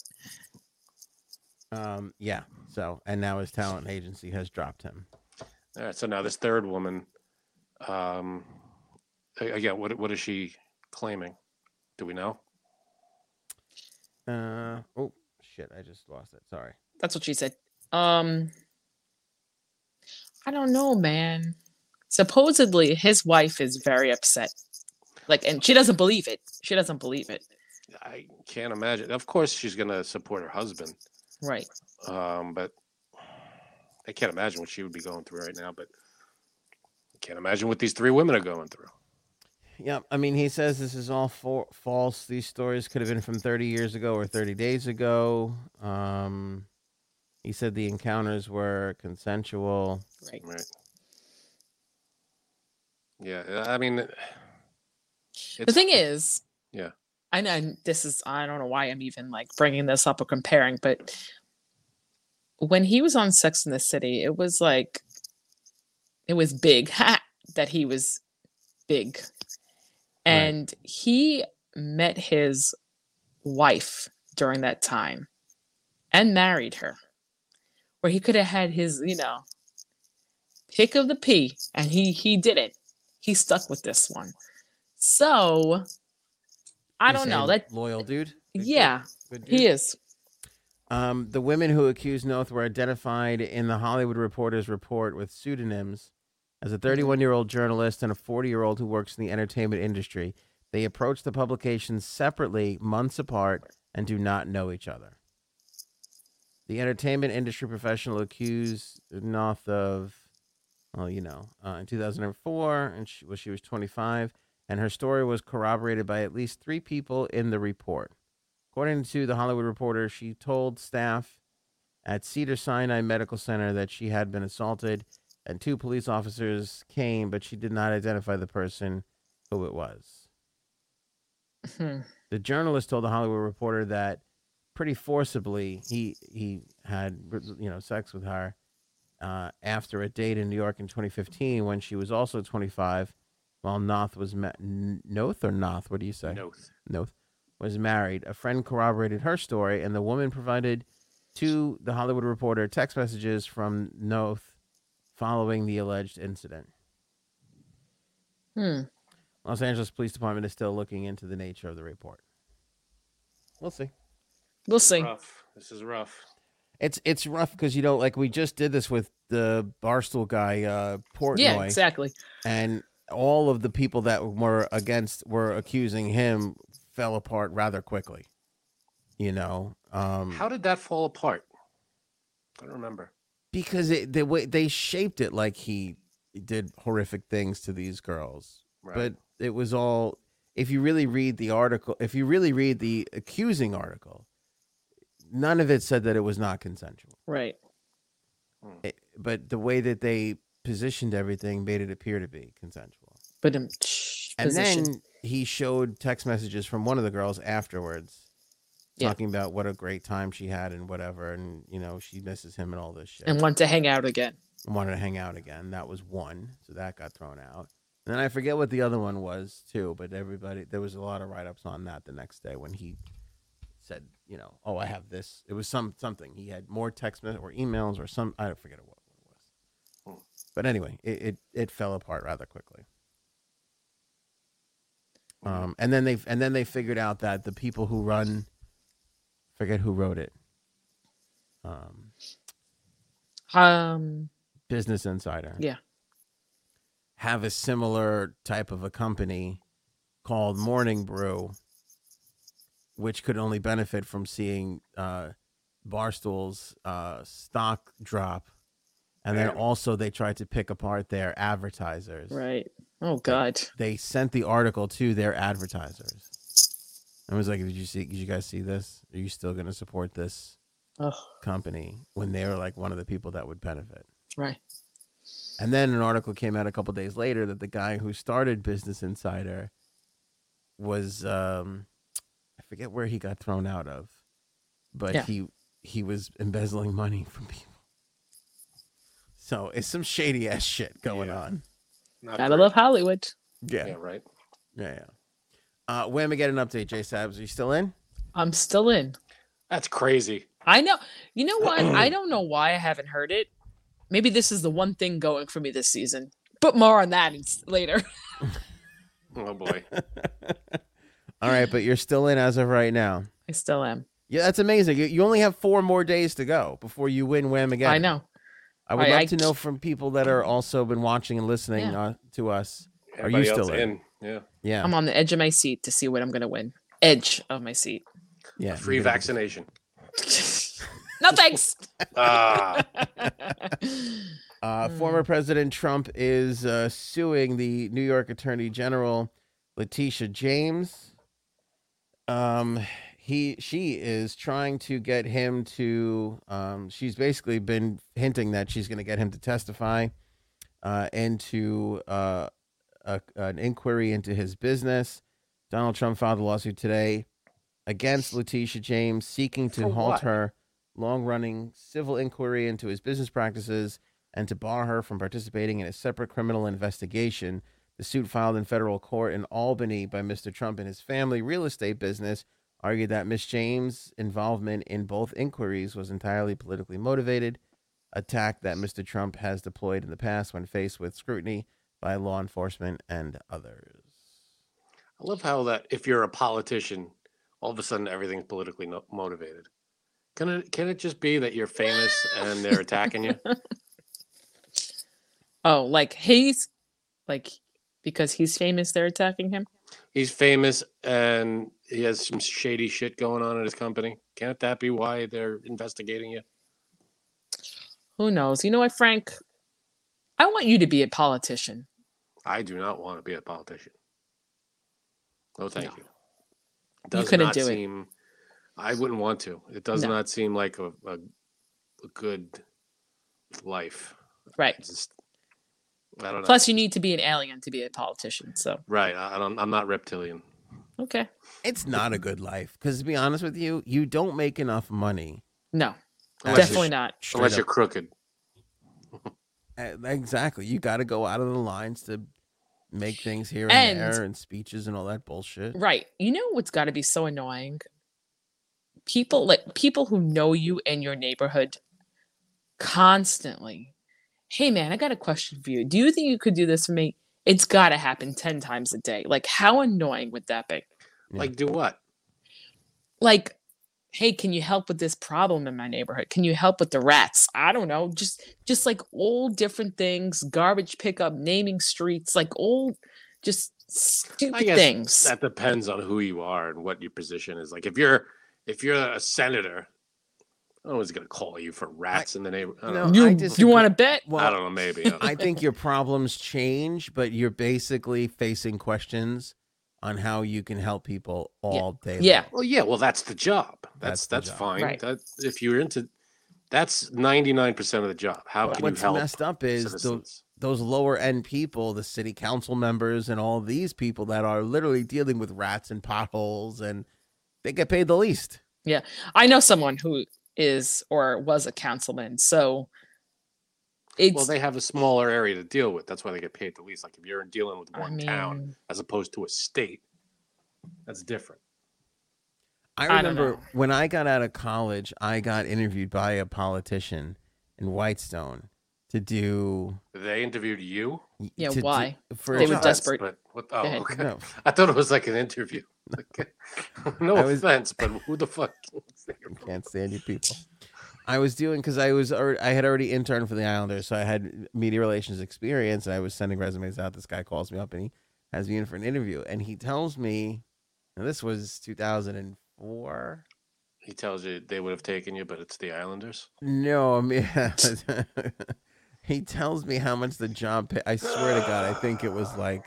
Speaker 1: Um, yeah. So, and now his talent agency has dropped him.
Speaker 2: All right. So now this third woman, um, a- again, what what is she claiming? Do we know?
Speaker 1: Uh, oh shit! I just lost it. Sorry.
Speaker 3: That's what she said. Um I don't know, man. Supposedly his wife is very upset. Like and she doesn't believe it. She doesn't believe it.
Speaker 2: I can't imagine. Of course, she's gonna support her husband,
Speaker 3: Right.
Speaker 2: um, but I can't imagine what she would be going through right now. But I can't imagine what these three women are going through.
Speaker 1: Yeah, I mean, he says this is all for- false. These stories could have been from 30 years ago or 30 days ago. Um, he said the encounters were consensual.
Speaker 3: Right.
Speaker 2: Right. Yeah. I mean,
Speaker 3: the
Speaker 2: it's-
Speaker 3: thing is
Speaker 2: Yeah.
Speaker 3: i know and this is i don't know why i'm even like bringing this up or comparing but when he was on sex in the city it was like it was big ha, that he was big and he met his wife during that time and married her where he could have had his you know pick of the pea and he he didn't he stuck with this one so I
Speaker 1: He's
Speaker 3: don't know.
Speaker 1: saying
Speaker 3: That
Speaker 1: loyal dude. Big dude,
Speaker 3: yeah,
Speaker 1: good dude.
Speaker 3: he is.
Speaker 1: Um, the women who accused Noth were identified in the Hollywood Reporter's report with pseudonyms as a 31 year old journalist and a 40 year old who works in the entertainment industry. They approached the publications separately, months apart, and do not know each other. The entertainment industry professional accused Noth of, well, you know, uh, in 2004, and she, well, she was 25, and her story was corroborated by at least three people in the report. According to the Hollywood Reporter, she told staff at Cedar Sinai Medical Center that she had been assaulted, and two police officers came, but she did not identify the person who it was.
Speaker 3: Hmm.
Speaker 1: The journalist told the Hollywood Reporter that pretty forcibly he he had you know sex with her uh, after a date in New York in 2015 when she was also 25, while Noth was ma- N- Noth or Noth. What do you say?
Speaker 2: Noth.
Speaker 1: Noth was married. A friend corroborated her story, and the woman provided to the Hollywood Reporter text messages from Noth following the alleged incident.
Speaker 3: Hmm.
Speaker 1: Los Angeles Police Department is still looking into the nature of the report. We'll see.
Speaker 3: We'll see.
Speaker 2: Rough. This is rough.
Speaker 1: It's it's rough because you know, like we just did this with the barstool guy uh, Portnoy,
Speaker 3: Yeah, exactly.
Speaker 1: and all of the people that were against were accusing him fell apart rather quickly. You know, um,
Speaker 2: How did that fall apart? I don't remember.
Speaker 1: because it, the way they shaped it like he did horrific things to these girls,
Speaker 2: Right.
Speaker 1: but it was all. If you really read the article, if you really read the accusing article, none of it said that it was not consensual.
Speaker 3: Right.
Speaker 1: it, but the way that they positioned everything made it appear to be consensual.
Speaker 3: But um,
Speaker 1: And
Speaker 3: position.
Speaker 1: then he showed text messages from one of the girls afterwards
Speaker 3: Yeah.
Speaker 1: talking about what a great time she had and whatever and you know she misses him and all this shit
Speaker 3: and want to hang out again.
Speaker 1: and wanted to hang out again. That was one. So that got thrown out. And then I forget what the other one was too, but everybody there was a lot of write ups on that the next day when he said, you know, oh I have this. It was some something. He had more text messages or emails or some I forget what it was. But anyway, it, it, it fell apart rather quickly.
Speaker 2: Hmm.
Speaker 1: Um, and then they and then they figured out that the people who run forget who wrote it. Um,
Speaker 3: Um,
Speaker 1: Business Insider.
Speaker 3: Yeah.
Speaker 1: Have a similar type of a company called Morning Brew, which could only benefit from seeing uh, Barstool's uh, stock drop. And then
Speaker 2: Right.
Speaker 1: also they tried to pick apart their advertisers.
Speaker 3: right. Oh God.
Speaker 1: They sent the article to their advertisers. I was like, did you see? Did you guys see this? Are you still going to support this
Speaker 3: Oh,
Speaker 1: company when they were like one of the people that would benefit?
Speaker 3: right.
Speaker 1: And then an article came out a couple days later that the guy who started Business Insider was um I forget where he got thrown out of, but
Speaker 3: Yeah.
Speaker 1: he he was embezzling money from people. So it's some shady ass shit going
Speaker 2: Yeah.
Speaker 1: on.
Speaker 2: Not
Speaker 3: Gotta
Speaker 2: great.
Speaker 3: love Hollywood.
Speaker 1: Yeah.
Speaker 2: Yeah,
Speaker 1: Yeah,
Speaker 2: right.
Speaker 1: yeah. Uh Wham get an update, J Sabs. Are you still in?
Speaker 3: I'm still in.
Speaker 2: That's crazy.
Speaker 3: I know. You know what? I don't know why I haven't heard it. Maybe this is the one thing going for me this season. But more on that ins- later.
Speaker 2: Oh boy.
Speaker 1: All right, but you're still in as of right now.
Speaker 3: I still am.
Speaker 1: Yeah, that's amazing. You, you only have four more days to go before you win Wham again.
Speaker 3: I know.
Speaker 1: I would
Speaker 3: I-
Speaker 1: love
Speaker 3: I-
Speaker 1: to know from people that are also been watching and listening
Speaker 3: Yeah.
Speaker 1: uh, to us. Are you
Speaker 2: Everybody else
Speaker 1: still in?
Speaker 2: Yeah.
Speaker 1: Yeah,
Speaker 3: I'm on the edge of my seat to see what I'm gonna win. Edge of my seat.
Speaker 1: yeah.
Speaker 2: Free
Speaker 1: you're gonna-
Speaker 2: vaccination.
Speaker 3: no thanks.
Speaker 2: Ah,
Speaker 1: Uh,
Speaker 3: Hmm.
Speaker 1: Former President Trump is uh, suing the New York Attorney General Letitia James. Um, he she is trying to get him to. Um, she's basically been hinting that she's going to get him to testify uh, into uh, a, an inquiry into his business. Donald Trump filed a lawsuit today against Letitia James, seeking to
Speaker 2: For
Speaker 1: halt
Speaker 2: what?
Speaker 1: her long-running civil inquiry into his business practices and to bar her from participating in a separate criminal investigation. The suit filed in federal court in Albany by Mr. Trump and his family real estate business argued that Miss James' involvement in both inquiries was entirely politically motivated, a tack that Mr. Trump has deployed in the past when faced with scrutiny by law enforcement and others.
Speaker 2: I love how that if you're a politician, all of a sudden everything's politically no- motivated. Can it can it just be that you're famous and they're attacking you?
Speaker 3: oh, like he's like because he's famous, they're attacking him.
Speaker 2: He's famous and he has some shady shit going on at his company. Can't that be why they're investigating you?
Speaker 3: Who knows? You know what, Frank? I want you to be a politician.
Speaker 2: I do not want to be a politician. No, thank you. It
Speaker 3: You
Speaker 2: does
Speaker 3: couldn't
Speaker 2: not
Speaker 3: do it.
Speaker 2: seem, I wouldn't want to. It does
Speaker 3: No.
Speaker 2: not seem like a, a, a good life.
Speaker 3: Right.
Speaker 2: It's just, I don't know.
Speaker 3: Plus, you need to be an alien to be a politician. So,
Speaker 2: right. I I don't. I'm not reptilian.
Speaker 3: okay.
Speaker 1: It's not a good life because to be honest with you, you don't make enough money.
Speaker 3: No,
Speaker 1: Unless you're
Speaker 3: definitely not.
Speaker 1: straight
Speaker 2: Unless
Speaker 1: up-
Speaker 2: you're crooked.
Speaker 1: Uh, Exactly. You got to go out of the lines to make things here and,
Speaker 3: And-
Speaker 1: there and speeches and all that bullshit.
Speaker 3: Right. You know what's got to be so annoying? People like people who know you in your neighborhood constantly. Hey man, I got a question for you. Do you think you could do this for me? It's got to happen 10 times a day. Like how annoying would that be?
Speaker 1: Yeah.
Speaker 2: Like, do what?
Speaker 3: Like hey, can you help with this problem in my neighborhood? Can you help with the rats? I don't know. Just just like all different things, garbage pickup, naming streets, like all just stupid
Speaker 2: guess
Speaker 3: things.
Speaker 2: That depends on who you are and what your position is. Like, if you're if you're a senator, no one's gonna call you for rats in the neighborhood. I don't,
Speaker 1: No,
Speaker 2: know.
Speaker 1: I
Speaker 3: you
Speaker 1: disagree.
Speaker 3: you want to bet?
Speaker 2: I
Speaker 1: Well,
Speaker 2: don't know. Maybe. uh, I don't know.
Speaker 1: I think your problems change, but you're basically facing questions on how you can help people all day.
Speaker 3: Yeah.
Speaker 1: long.
Speaker 2: Well, yeah, well, that's the job.
Speaker 1: That's
Speaker 2: That's
Speaker 1: the
Speaker 2: that's
Speaker 1: job.
Speaker 2: fine.
Speaker 3: Right.
Speaker 2: That if you're into, that's ninety nine percent of the job. How can
Speaker 1: What's
Speaker 2: you help
Speaker 1: messed up is the,
Speaker 2: citizens?
Speaker 1: those lower end people, the city council members, and all these people that are literally dealing with rats and potholes, and they get paid the least.
Speaker 3: I know someone who is or was a councilman, so it's.
Speaker 2: Well, they have a smaller area to deal with. That's why they get paid the least. Like if you're dealing with one town
Speaker 3: mean,
Speaker 2: as opposed to a state, that's different.
Speaker 1: I
Speaker 3: I don't
Speaker 1: remember
Speaker 3: know.
Speaker 1: when I got out of college, I got interviewed by a politician in Whitestone to do.
Speaker 2: They interviewed you.
Speaker 3: Yeah,
Speaker 1: to do-
Speaker 3: why?
Speaker 1: for a
Speaker 3: They were
Speaker 1: job.
Speaker 2: That's-
Speaker 3: desperate.
Speaker 2: But what, oh,
Speaker 3: ahead.
Speaker 2: okay.
Speaker 1: No,
Speaker 2: I thought it was like an interview. Like, no
Speaker 1: I was-
Speaker 2: offense, but who the fuck?
Speaker 1: I can't stand you people. I was doing because I was already, I had already interned for the Islanders, so I had media relations experience, and I was sending resumes out. This guy calls me up and he has me in for an interview, and he tells me, and this was 2004.
Speaker 2: He tells you they would have taken you, but it's the Islanders.
Speaker 1: No, I mean, he tells me how much the job. Pay. I swear to God, I think it was like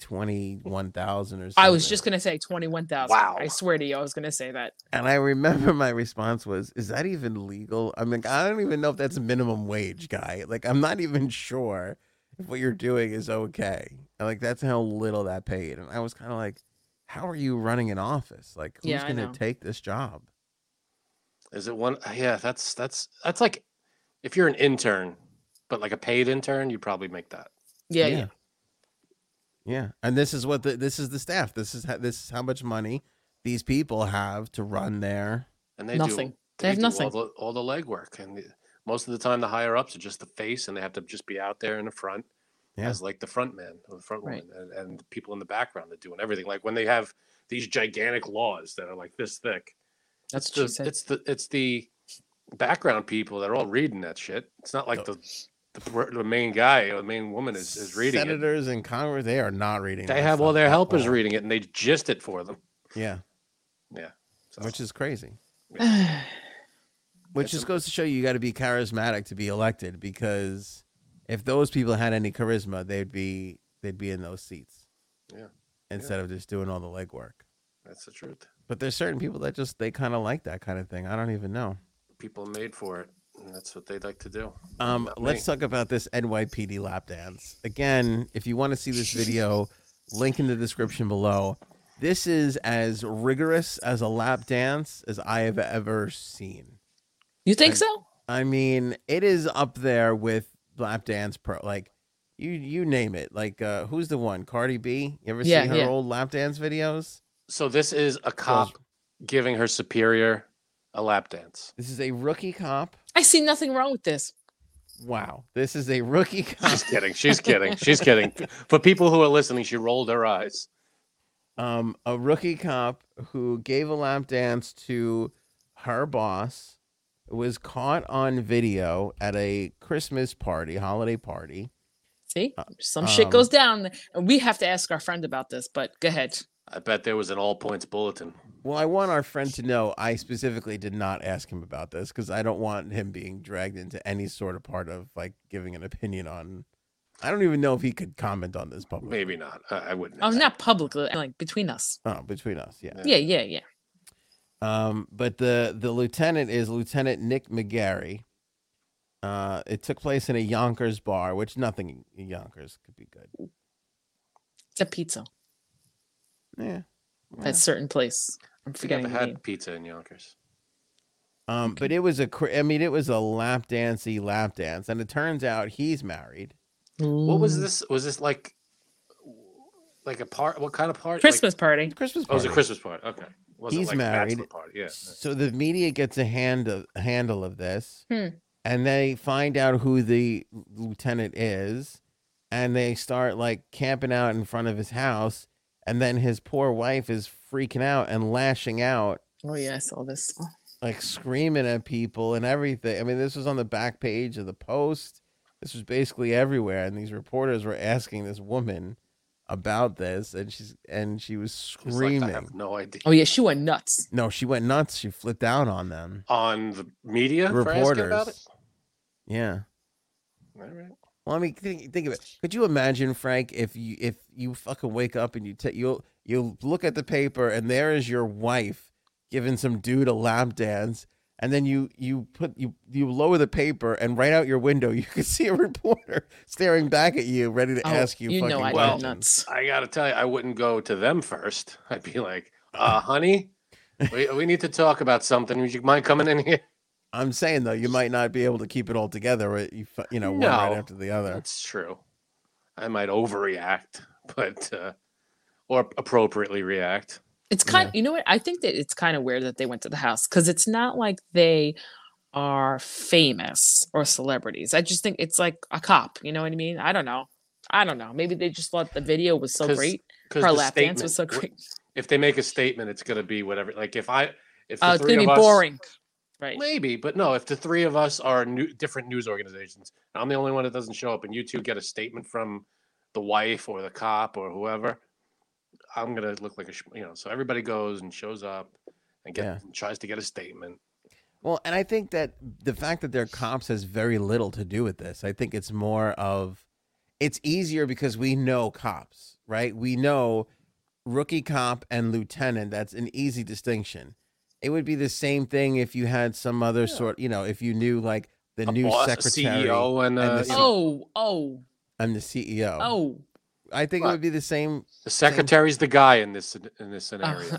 Speaker 1: twenty one thousand or something.
Speaker 3: I was just gonna say twenty-one thousand.
Speaker 2: Wow.
Speaker 3: I swear to you, I was gonna say that.
Speaker 1: and I remember my response was, "Is that even legal?" I'm like, I don't even know if that's minimum wage, guy. Like, I'm not even sure if what you're doing is okay. And, like, that's how little that paid. And I was kind of like, "How are you running an office? Like, who's
Speaker 3: Yeah, I
Speaker 1: going
Speaker 3: know.
Speaker 1: to take this job?"
Speaker 2: Is it one? Yeah, that's that's that's like if you're an intern, but like a paid intern, you probably make that.
Speaker 3: Yeah, yeah.
Speaker 1: Yeah, and this is what the this is the staff. This is how, this is how much money these people have to run their.
Speaker 2: And they
Speaker 3: Nothing.
Speaker 2: do.
Speaker 3: They have
Speaker 2: do
Speaker 3: nothing.
Speaker 2: All the, all the legwork, and the- most of the time, the higher ups are just the face, and they have to just be out there in the front
Speaker 1: Yeah.
Speaker 2: as like the front man or the front
Speaker 3: Right.
Speaker 2: woman, and, and the people in the background that doing everything. Like when they have these gigantic laws that are like this thick.
Speaker 3: That's
Speaker 2: It's
Speaker 3: what she
Speaker 2: the
Speaker 3: said.
Speaker 2: it's the it's the background people that are all reading that shit. It's not like
Speaker 1: Oh.
Speaker 2: the the, per- the main guy or the main woman is, is reading it.
Speaker 1: Senators in Congress, they are not reading.
Speaker 2: They
Speaker 1: that
Speaker 2: have all
Speaker 1: stuff
Speaker 2: their
Speaker 1: at
Speaker 2: helpers
Speaker 1: all.
Speaker 2: reading it, and they gist it for them.
Speaker 1: Yeah,
Speaker 2: So,
Speaker 1: which is crazy.
Speaker 3: I
Speaker 1: Which
Speaker 2: It's
Speaker 1: just
Speaker 2: a-
Speaker 1: goes to show you, you got to be charismatic to be elected. Because if those people had any charisma, they'd be they'd be in those seats.
Speaker 2: Yeah.
Speaker 1: Instead of just doing all the legwork.
Speaker 2: that's the truth.
Speaker 1: But there's certain people that just they kind of like that kind of thing. I don't even know.
Speaker 2: People are made for it, and that's what they'd like to do.
Speaker 1: Um,
Speaker 2: Not
Speaker 1: let's
Speaker 2: me.
Speaker 1: talk about this NYPD lap dance. Again, if you want to see this video, link in the description below. This is as rigorous as a lap dance as I have ever seen.
Speaker 3: you think
Speaker 1: I-
Speaker 3: so?
Speaker 1: I mean, it is up there with lap dance pro. Like you, you name it. Like uh, who's the one? Cardi B. You ever
Speaker 3: Yeah,
Speaker 1: see her
Speaker 3: yeah.
Speaker 1: old lap dance videos?
Speaker 2: So this is a cop giving her superior a lap dance.
Speaker 1: This is a rookie cop.
Speaker 3: I see nothing wrong with this.
Speaker 1: Wow, this is a rookie cop.
Speaker 2: She's kidding. She's kidding. She's kidding. For people who are listening, she rolled her eyes.
Speaker 1: um, a rookie cop who gave a lap dance to her boss was caught on video at a Christmas party, holiday party.
Speaker 3: See,
Speaker 1: Uh,
Speaker 3: some shit
Speaker 1: um,
Speaker 3: goes down, and we have to ask our friend about this. But go ahead.
Speaker 2: I bet there was an all points bulletin.
Speaker 1: Well, I want our friend to know I specifically did not ask him about this because I don't want him being dragged into any sort of part of like giving an opinion on. I don't even know if he could comment on this publicly.
Speaker 2: Maybe not. I, I wouldn't.
Speaker 3: Oh, not publicly, like between us.
Speaker 1: Oh, between us, yeah.
Speaker 2: Yeah.
Speaker 3: Yeah, yeah, yeah.
Speaker 1: Um, but the the lieutenant is Lieutenant Nick McGarry. Uh, it took place in a Yonkers bar, which nothing in Yonkers could be good.
Speaker 3: It's a pizza
Speaker 1: Yeah.
Speaker 3: at certain place.
Speaker 2: We
Speaker 3: I'm
Speaker 2: never
Speaker 3: forgetting the name.
Speaker 2: had pizza in Yonkers.
Speaker 1: Um, but it was a, cra- I mean, it was a lap dancey lap dance, and it turns out he's married.
Speaker 2: What was
Speaker 3: Ooh.
Speaker 2: this? Was this like, like a part? What kind of party? Like-
Speaker 3: Christmas party?
Speaker 1: Christmas
Speaker 2: oh, it was
Speaker 1: party.
Speaker 2: a Christmas party. Okay. Wasn't
Speaker 1: He's
Speaker 2: like a bachelor
Speaker 1: married.
Speaker 2: Party. Yeah.
Speaker 1: So the media gets a hand of, handle of this,
Speaker 3: Hmm.
Speaker 1: and they find out who the lieutenant is, and they start like camping out in front of his house, and then his poor wife is freaking out and lashing out,
Speaker 3: Oh yeah, I saw this.
Speaker 1: like screaming at people and everything. I mean, this was on the back page of the Post. This was basically everywhere, and these reporters were asking this woman about this, and she's and she was
Speaker 2: It's like,
Speaker 1: screaming.
Speaker 2: I have no idea.
Speaker 3: Oh yeah, she went nuts.
Speaker 1: no, she went nuts. She flipped out on them.
Speaker 2: On the media for asking
Speaker 1: reporters.
Speaker 2: about it.
Speaker 1: Yeah.
Speaker 2: All right.
Speaker 1: Well, I mean, think, think of it. Could you imagine, Frank, if you if you fucking wake up and you take you'll you'll look at the paper and there is your wife giving some dude a lap dance, and then you you put you you lower the paper and right out your window you can see a reporter staring back at you, ready to
Speaker 3: Oh,
Speaker 1: ask you.
Speaker 3: you
Speaker 1: fucking
Speaker 3: know I
Speaker 2: Well-
Speaker 3: went
Speaker 1: questions.
Speaker 3: nuts.
Speaker 2: I gotta tell you, I wouldn't go to them first. I'd be like, uh, honey, we, we need to talk about something. Would you mind coming in here?
Speaker 1: I'm saying though, you might not be able to keep it all together. right? You fu- you know one right
Speaker 2: No.
Speaker 1: after the other.
Speaker 2: That's true. I might overreact, but uh, or appropriately react.
Speaker 3: It's kind. You know what? I think that it's kind of weird that they went to the house because it's not like they are famous or celebrities. I just think it's like a cop. You know what I mean? I don't know. I don't know. Maybe they just thought the video was so
Speaker 2: 'Cause
Speaker 3: great.
Speaker 2: 'Cause
Speaker 3: Her
Speaker 2: the
Speaker 3: lap dance was so
Speaker 2: statement-
Speaker 3: great.
Speaker 2: If they make a statement, it's gonna be whatever. Like if I, if the
Speaker 3: Uh,
Speaker 2: three
Speaker 3: it's gonna be
Speaker 2: of us-
Speaker 3: boring, right?
Speaker 2: maybe, but no. If the three of us are new, different news organizations, and I'm the only one that doesn't show up, and you two get a statement from the wife or the cop or whoever, I'm gonna look like a, sh- you know. So everybody goes and shows up and get
Speaker 1: Yeah.
Speaker 2: and tries to get a statement.
Speaker 1: Well, and I think that the fact that they're cops has very little to do with this. I think it's more of it's easier because we know cops, right? We know rookie cop and lieutenant. That's an easy distinction. It would be the same thing if you had some other sort, you know, if you knew like the
Speaker 2: A
Speaker 1: new
Speaker 2: boss, a
Speaker 1: secretary
Speaker 2: CEO, and,
Speaker 1: and
Speaker 2: uh,
Speaker 1: the
Speaker 2: you know,
Speaker 3: Oh, oh,
Speaker 1: and the CEO.
Speaker 3: oh.
Speaker 1: I think it
Speaker 2: Right.
Speaker 1: would be the same
Speaker 2: the secretary's the guy in this in this scenario.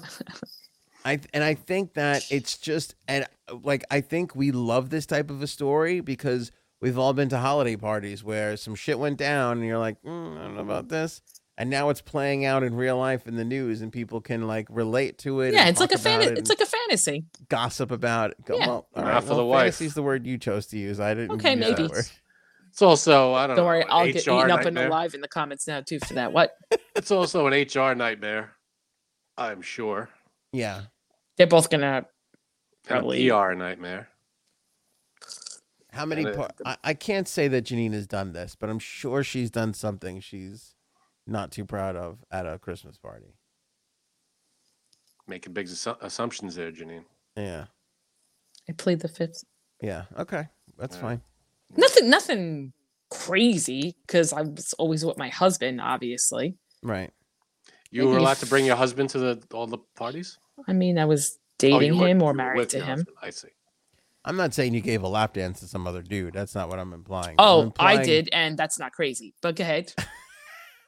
Speaker 1: I th- and I think that it's just and uh, like I think we love this type of a story because we've all been to holiday parties where some shit went down and you're like, mm, I don't know about this, and now it's playing out in real life in the news and people can like relate to it.
Speaker 3: yeah,
Speaker 1: and
Speaker 3: it's like a
Speaker 1: talk about
Speaker 3: fan.
Speaker 1: it and
Speaker 3: It's like a fantasy.
Speaker 1: gossip about. It. Go,
Speaker 3: Yeah.
Speaker 1: Well, all
Speaker 2: Not
Speaker 1: right,
Speaker 2: for
Speaker 1: well,
Speaker 2: the wife.
Speaker 1: Fantasy's the word you chose to use. I didn't.
Speaker 3: Okay,
Speaker 1: use that
Speaker 3: maybe.
Speaker 1: word.
Speaker 2: It's also I don't,
Speaker 3: Don't
Speaker 2: know.
Speaker 3: worry,
Speaker 2: an
Speaker 3: I'll get
Speaker 2: HR
Speaker 3: eaten up and
Speaker 2: nightmare.
Speaker 3: alive in the comments now too for that. What?
Speaker 2: It's also an HR nightmare. I'm sure.
Speaker 1: Yeah.
Speaker 3: They're both gonna
Speaker 2: An
Speaker 3: Probably.
Speaker 2: ER nightmare.
Speaker 1: How many?
Speaker 2: And it-
Speaker 1: Par- I, I can't say that Janina's done this, but I'm sure she's done something she's not too proud of at a Christmas party.
Speaker 2: Making big assu- assumptions there, Janine.
Speaker 1: Yeah.
Speaker 3: I plead the fifth.
Speaker 1: Yeah. Okay. That's
Speaker 2: Yeah.
Speaker 1: fine.
Speaker 3: Nothing, nothing crazy because I was always with my husband. Obviously,
Speaker 1: Right.
Speaker 2: You were
Speaker 3: Maybe.
Speaker 2: allowed to bring your husband to the all the parties?
Speaker 3: I mean, I was
Speaker 2: Oh,
Speaker 3: dating
Speaker 2: you were-
Speaker 3: him
Speaker 2: you
Speaker 3: or
Speaker 2: were
Speaker 3: married
Speaker 2: with
Speaker 3: to
Speaker 2: your
Speaker 3: him.
Speaker 2: husband, I see.
Speaker 1: I'm not saying you gave a lap dance to some other dude. That's not what I'm implying. I'm
Speaker 3: Oh, I
Speaker 1: implying-
Speaker 3: did, and that's not crazy. But go ahead.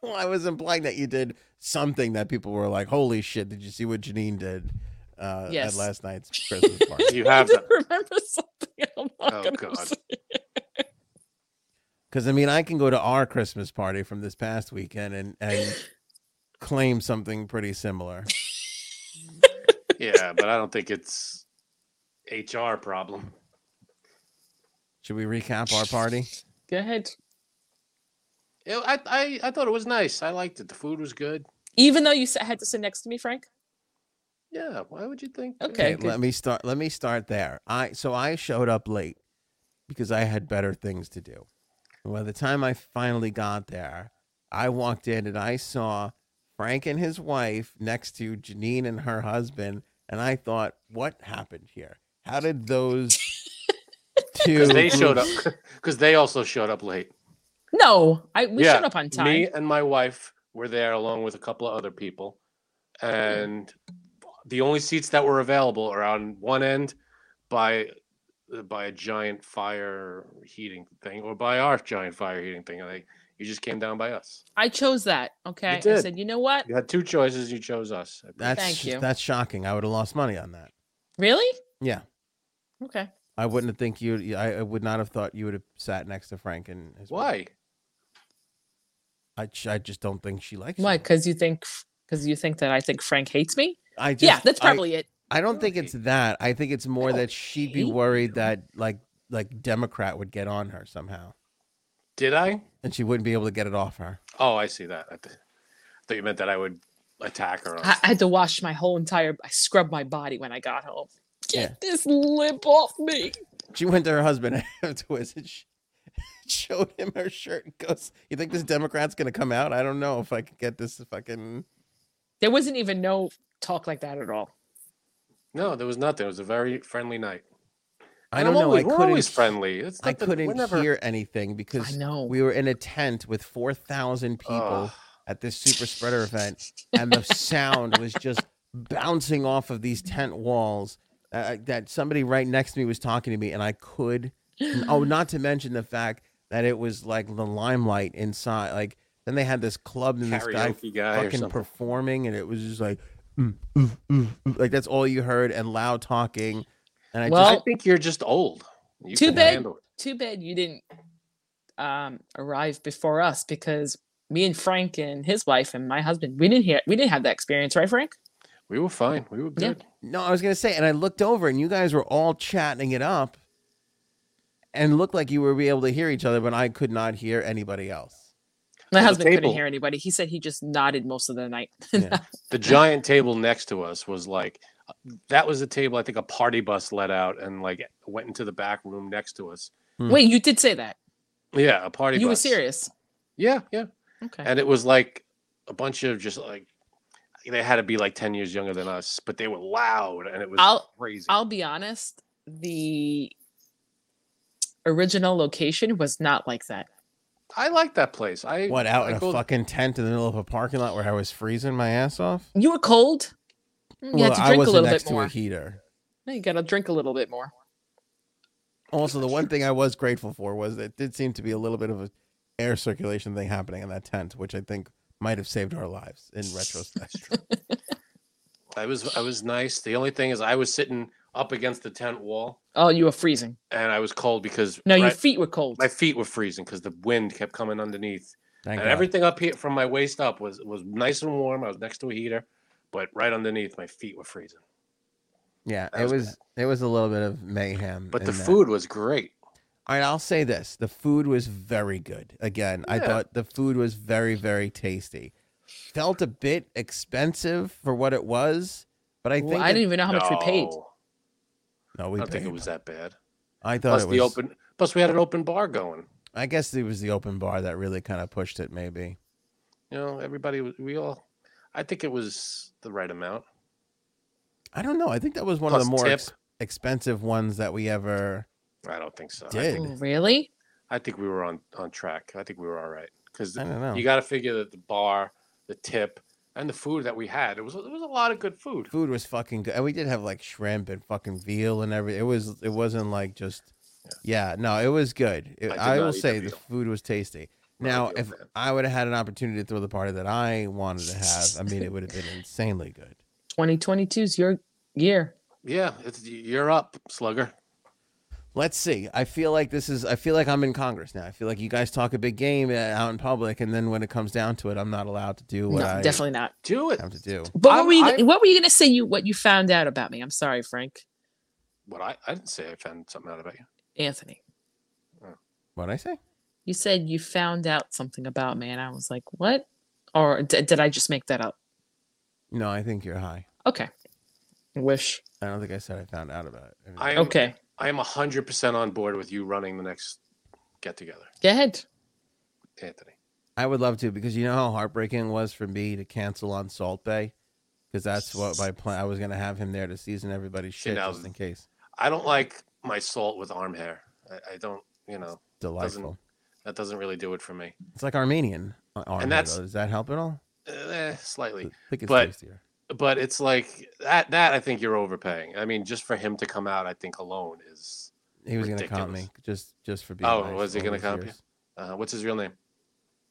Speaker 1: Well, I was implying that you did something that people were like, "Holy shit! Did you see what Janine did uh,
Speaker 3: Yes.
Speaker 1: at last night's Christmas party?"
Speaker 2: You have
Speaker 3: I just
Speaker 2: that.
Speaker 3: remember something. I'm not
Speaker 2: Oh,
Speaker 3: gonna
Speaker 2: God.
Speaker 3: say.
Speaker 1: Because I mean, I can go to our Christmas party from this past weekend and and claim something pretty similar.
Speaker 2: Yeah, but I don't think it's HR problem.
Speaker 1: Should we recap our party?
Speaker 3: Go ahead.
Speaker 2: It, I, I I thought it was nice. I liked it. The food was good.
Speaker 3: Even though you s- had to sit next to me, Frank.
Speaker 2: Yeah. Why would you think?
Speaker 3: Okay. good.
Speaker 1: let me start. Let me start there. I so I showed up late because I had better things to do. And by the time I finally got there, I walked in and I saw Frank and his wife next to Janine and her husband, and I thought, what happened here? How did those two?
Speaker 2: Because they showed up.
Speaker 1: groups-
Speaker 2: Because they also showed up late.
Speaker 3: No, I we
Speaker 2: Yeah,
Speaker 3: showed up on time.
Speaker 1: Mm-hmm.
Speaker 2: Me and my wife were there along with a couple of other people, and the only seats that were available are on one end by by a giant fire heating thing or by our giant fire heating thing. And they you just came down by us.
Speaker 3: I chose that. Okay. I
Speaker 2: did.
Speaker 3: said, you know what?
Speaker 2: You had two choices, you chose us. I believe.
Speaker 1: That's
Speaker 3: Thank you.
Speaker 1: that's shocking. I would have lost money on that.
Speaker 3: Really?
Speaker 1: Yeah.
Speaker 3: Okay.
Speaker 1: I wouldn't think you. I I would not have thought you would have sat next to Frank and his
Speaker 2: why?
Speaker 1: I, j- I just don't think she likes.
Speaker 3: Why?
Speaker 1: him.
Speaker 3: Because you think because you think that I think Frank hates me?
Speaker 1: I just,
Speaker 3: yeah, that's
Speaker 1: I-
Speaker 3: probably it.
Speaker 1: I don't think it's that. I think it's more that she'd be
Speaker 3: Okay.
Speaker 1: worried that like like Democrat would get on her somehow,
Speaker 2: Did I?
Speaker 1: and she wouldn't be able to get it off her.
Speaker 2: Oh, I see that. I th- thought you meant that I would attack her. on-
Speaker 3: I, I had to wash my whole entire. I scrubbed my body when I got home. Get
Speaker 1: Yeah.
Speaker 3: this lip off me.
Speaker 1: She went to her husband afterwards and she showed him her shirt and goes, "You think this Democrat's gonna come out? I don't know if I could get this fucking."
Speaker 3: There wasn't even no talk like that at all.
Speaker 2: No, there was nothing. It was a very friendly night.
Speaker 1: I
Speaker 2: And
Speaker 1: don't
Speaker 2: I'm
Speaker 1: know.
Speaker 2: Always,
Speaker 1: I
Speaker 2: we're
Speaker 1: couldn't.
Speaker 2: always friendly. It's
Speaker 1: I
Speaker 2: nothing-
Speaker 1: couldn't
Speaker 2: we're never-
Speaker 1: hear anything
Speaker 3: I
Speaker 1: because
Speaker 3: know.
Speaker 1: we were in a tent with four thousand people.
Speaker 2: Ugh.
Speaker 1: at this super spreader event, and the sound was just bouncing off of these tent walls. Uh, that somebody right next to me was talking to me, and I could. Oh, not to mention the fact that it was like the limelight inside. Like then they had this club and this guy
Speaker 2: karaoke guy or
Speaker 1: fucking
Speaker 2: something.
Speaker 1: performing, and it was just like, "Mm, mm, mm, mm," like that's all you heard and loud talking. And I
Speaker 3: Well,
Speaker 2: I think you're just old. You
Speaker 3: Too
Speaker 2: can
Speaker 3: bad.
Speaker 2: handle it.
Speaker 3: Too bad you didn't um, arrive before us because me and Frank and his wife and my husband we didn't hear we didn't have that experience, right, Frank?
Speaker 2: We were fine. We were
Speaker 3: Yeah.
Speaker 2: good.
Speaker 1: just no, I was gonna say, and I looked over, and you guys were all chatting it up, and looked like you were be able to hear each other, but I could not hear anybody else.
Speaker 3: My
Speaker 2: the
Speaker 3: husband couldn't
Speaker 2: table-
Speaker 3: hear anybody. He said he just nodded most of the night.
Speaker 1: Yeah.
Speaker 2: The giant table next to us was like that was the table I think a party bus let out and like went into the back room next to us.
Speaker 1: Hmm.
Speaker 3: Wait, you did say that.
Speaker 2: Yeah, a party
Speaker 3: you
Speaker 2: bus.
Speaker 3: were serious.
Speaker 2: Yeah, yeah.
Speaker 3: Okay.
Speaker 2: And it was like a bunch of just like they had to be like 10 years younger than us, but they were loud and it was
Speaker 3: I'll-
Speaker 2: crazy.
Speaker 3: I'll be honest, the original location was not like that.
Speaker 2: I like that place. I
Speaker 1: What out
Speaker 2: I
Speaker 1: in a
Speaker 2: go-
Speaker 1: fucking tent in the middle of a parking lot where I was freezing my ass off?
Speaker 3: You were cold. Mm, You had to
Speaker 1: I
Speaker 3: drink a
Speaker 1: wasn't
Speaker 3: little
Speaker 1: next
Speaker 3: bit
Speaker 1: to
Speaker 3: more.
Speaker 1: a heater.
Speaker 3: No, you got to drink a little bit more.
Speaker 1: Also, the one thing I was grateful for was that it did seem to be a little bit of a air circulation thing happening in that tent, which I think might have saved our lives in retrospect.
Speaker 2: I was I was nice. The only thing is I was sitting up against the tent wall
Speaker 3: Oh, you were freezing.
Speaker 2: and I was cold because
Speaker 3: No, your
Speaker 2: right-
Speaker 3: feet were cold.
Speaker 2: my feet were freezing because the wind kept coming underneath.
Speaker 1: Thank
Speaker 2: and
Speaker 1: God.
Speaker 2: everything up here from my waist up was was nice and warm. I was next to a heater, but right underneath my feet were freezing.
Speaker 1: yeah,
Speaker 2: that
Speaker 1: it
Speaker 2: was
Speaker 1: was it was a little bit of mayhem.
Speaker 2: But
Speaker 1: in
Speaker 2: the
Speaker 1: that.
Speaker 2: food was great.
Speaker 1: All right, I'll say this: the food was very good. Again, I
Speaker 2: Yeah.
Speaker 1: thought the food was very, very tasty. Felt a bit expensive for what it was, but I
Speaker 3: Well,
Speaker 1: think
Speaker 3: I
Speaker 1: it-
Speaker 3: didn't even know how much we paid.
Speaker 1: no,
Speaker 2: No, I
Speaker 1: we
Speaker 2: don't think it
Speaker 1: paid.
Speaker 2: was that bad.
Speaker 1: I thought
Speaker 2: Plus
Speaker 1: it was
Speaker 2: the open plus we had an open bar going.
Speaker 1: I guess it was the open bar that really kind of pushed it, maybe.
Speaker 2: You know, everybody was we all I think it was the right amount.
Speaker 1: I don't know. I think that was one of the
Speaker 2: Plus
Speaker 1: more
Speaker 2: tip.
Speaker 1: ex- expensive ones that we ever.
Speaker 2: I don't think so. I
Speaker 1: Did.
Speaker 2: think-
Speaker 3: Oh, really?
Speaker 2: I think we were on on track. I think we were all right because
Speaker 1: I don't know.
Speaker 2: you got to figure that the bar, the tip, and the food that we had it was it was a lot of good food.
Speaker 1: Food was fucking good. And we did have like shrimp and fucking veal and everything. It was. It wasn't like just. Yeah. no, it was good. It-
Speaker 2: I did
Speaker 1: I,
Speaker 2: not
Speaker 1: will
Speaker 2: eat the
Speaker 1: say the
Speaker 2: veal.
Speaker 1: food was tasty.
Speaker 2: Not a
Speaker 1: Now,
Speaker 2: veal
Speaker 1: if
Speaker 2: fan.
Speaker 1: I would have had an opportunity to throw the party that I wanted to have, I mean, it would have been insanely good.
Speaker 3: 2022's your year.
Speaker 2: Yeah, it's, you're up, Slugger.
Speaker 1: Let's see. I feel like this is. I feel like I'm in Congress now. I feel like you guys talk a big game uh, out in public, and then when it comes down to it, I'm not allowed to do what
Speaker 3: No,
Speaker 1: I
Speaker 3: definitely not.
Speaker 2: Do it.
Speaker 1: have to do.
Speaker 3: But what
Speaker 2: I'm-
Speaker 3: were you? gonna-
Speaker 2: I'm-
Speaker 3: What were you going to say? You what you found out about me? I'm sorry, Frank
Speaker 2: What I, I didn't say I found something out about you.
Speaker 3: Anthony.
Speaker 1: What I say?
Speaker 3: You said you found out something about me, and I was like, what? Or d- did I just make that up?
Speaker 1: No, I think you're high.
Speaker 3: Okay. Wish.
Speaker 1: I don't think I said I found out about it.
Speaker 2: I am,
Speaker 3: Okay.
Speaker 2: I am hundred percent on board with you running the next get together,
Speaker 3: Go ahead.
Speaker 2: Anthony.
Speaker 1: I would love to because you know how heartbreaking it was for me to cancel on Salt Bay because that's what my plan. I was gonna have him there to season everybody's shit
Speaker 2: know,
Speaker 1: just in case.
Speaker 2: I don't like my salt with arm hair. I, I don't. You know,
Speaker 1: Delightful.
Speaker 2: that doesn't really do it for me.
Speaker 1: It's like Armenian. uh, Armenian,
Speaker 2: that's-
Speaker 1: though. does that help at all?
Speaker 2: Eh, slightly.
Speaker 1: I think it's
Speaker 2: But-
Speaker 1: tastier.
Speaker 2: but it's like that. That I think you're overpaying. I mean, just for him to come out, I think alone is.
Speaker 1: He was going to comp
Speaker 2: Ridiculous.
Speaker 1: me just just for being.
Speaker 2: Oh,
Speaker 1: nice
Speaker 2: was he
Speaker 1: all
Speaker 2: gonna
Speaker 1: these
Speaker 2: comp you?
Speaker 1: years.
Speaker 2: Uh, what's his real name?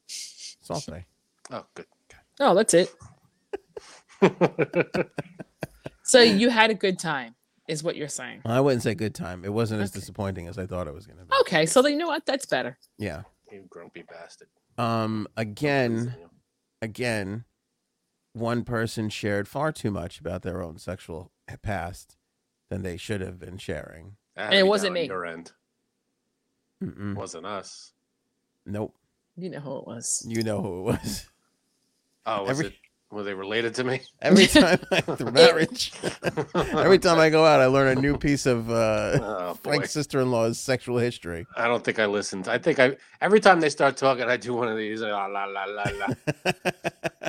Speaker 1: Salt Bay.
Speaker 2: Oh, good.
Speaker 3: Oh, that's it. So you had a good time, is what you're saying.
Speaker 1: I wouldn't say good time. It wasn't as
Speaker 3: Okay.
Speaker 1: disappointing as I thought it was going to be.
Speaker 3: Okay, so then you know what? That's better.
Speaker 1: Yeah.
Speaker 2: you grumpy bastard.
Speaker 1: Um. Again,
Speaker 2: Listen, you.
Speaker 1: again, one person shared far too much about their own sexual past than they should have been sharing.
Speaker 2: That had
Speaker 3: And
Speaker 2: to
Speaker 3: it
Speaker 2: be
Speaker 3: wasn't
Speaker 2: down on
Speaker 3: me.
Speaker 2: Your end
Speaker 1: Mm-mm.
Speaker 2: wasn't us.
Speaker 1: Nope.
Speaker 3: You know who it was.
Speaker 1: You know who it was.
Speaker 2: Oh, was
Speaker 1: Every-
Speaker 2: it? Were they related to me?
Speaker 1: Every time I marriage, every time I go out, I learn a new piece of uh,
Speaker 2: oh boy.
Speaker 1: Frank's sister-in-law's sexual history.
Speaker 2: I don't think I listened. I think I every time they start talking, I do one of these. La la la la. la.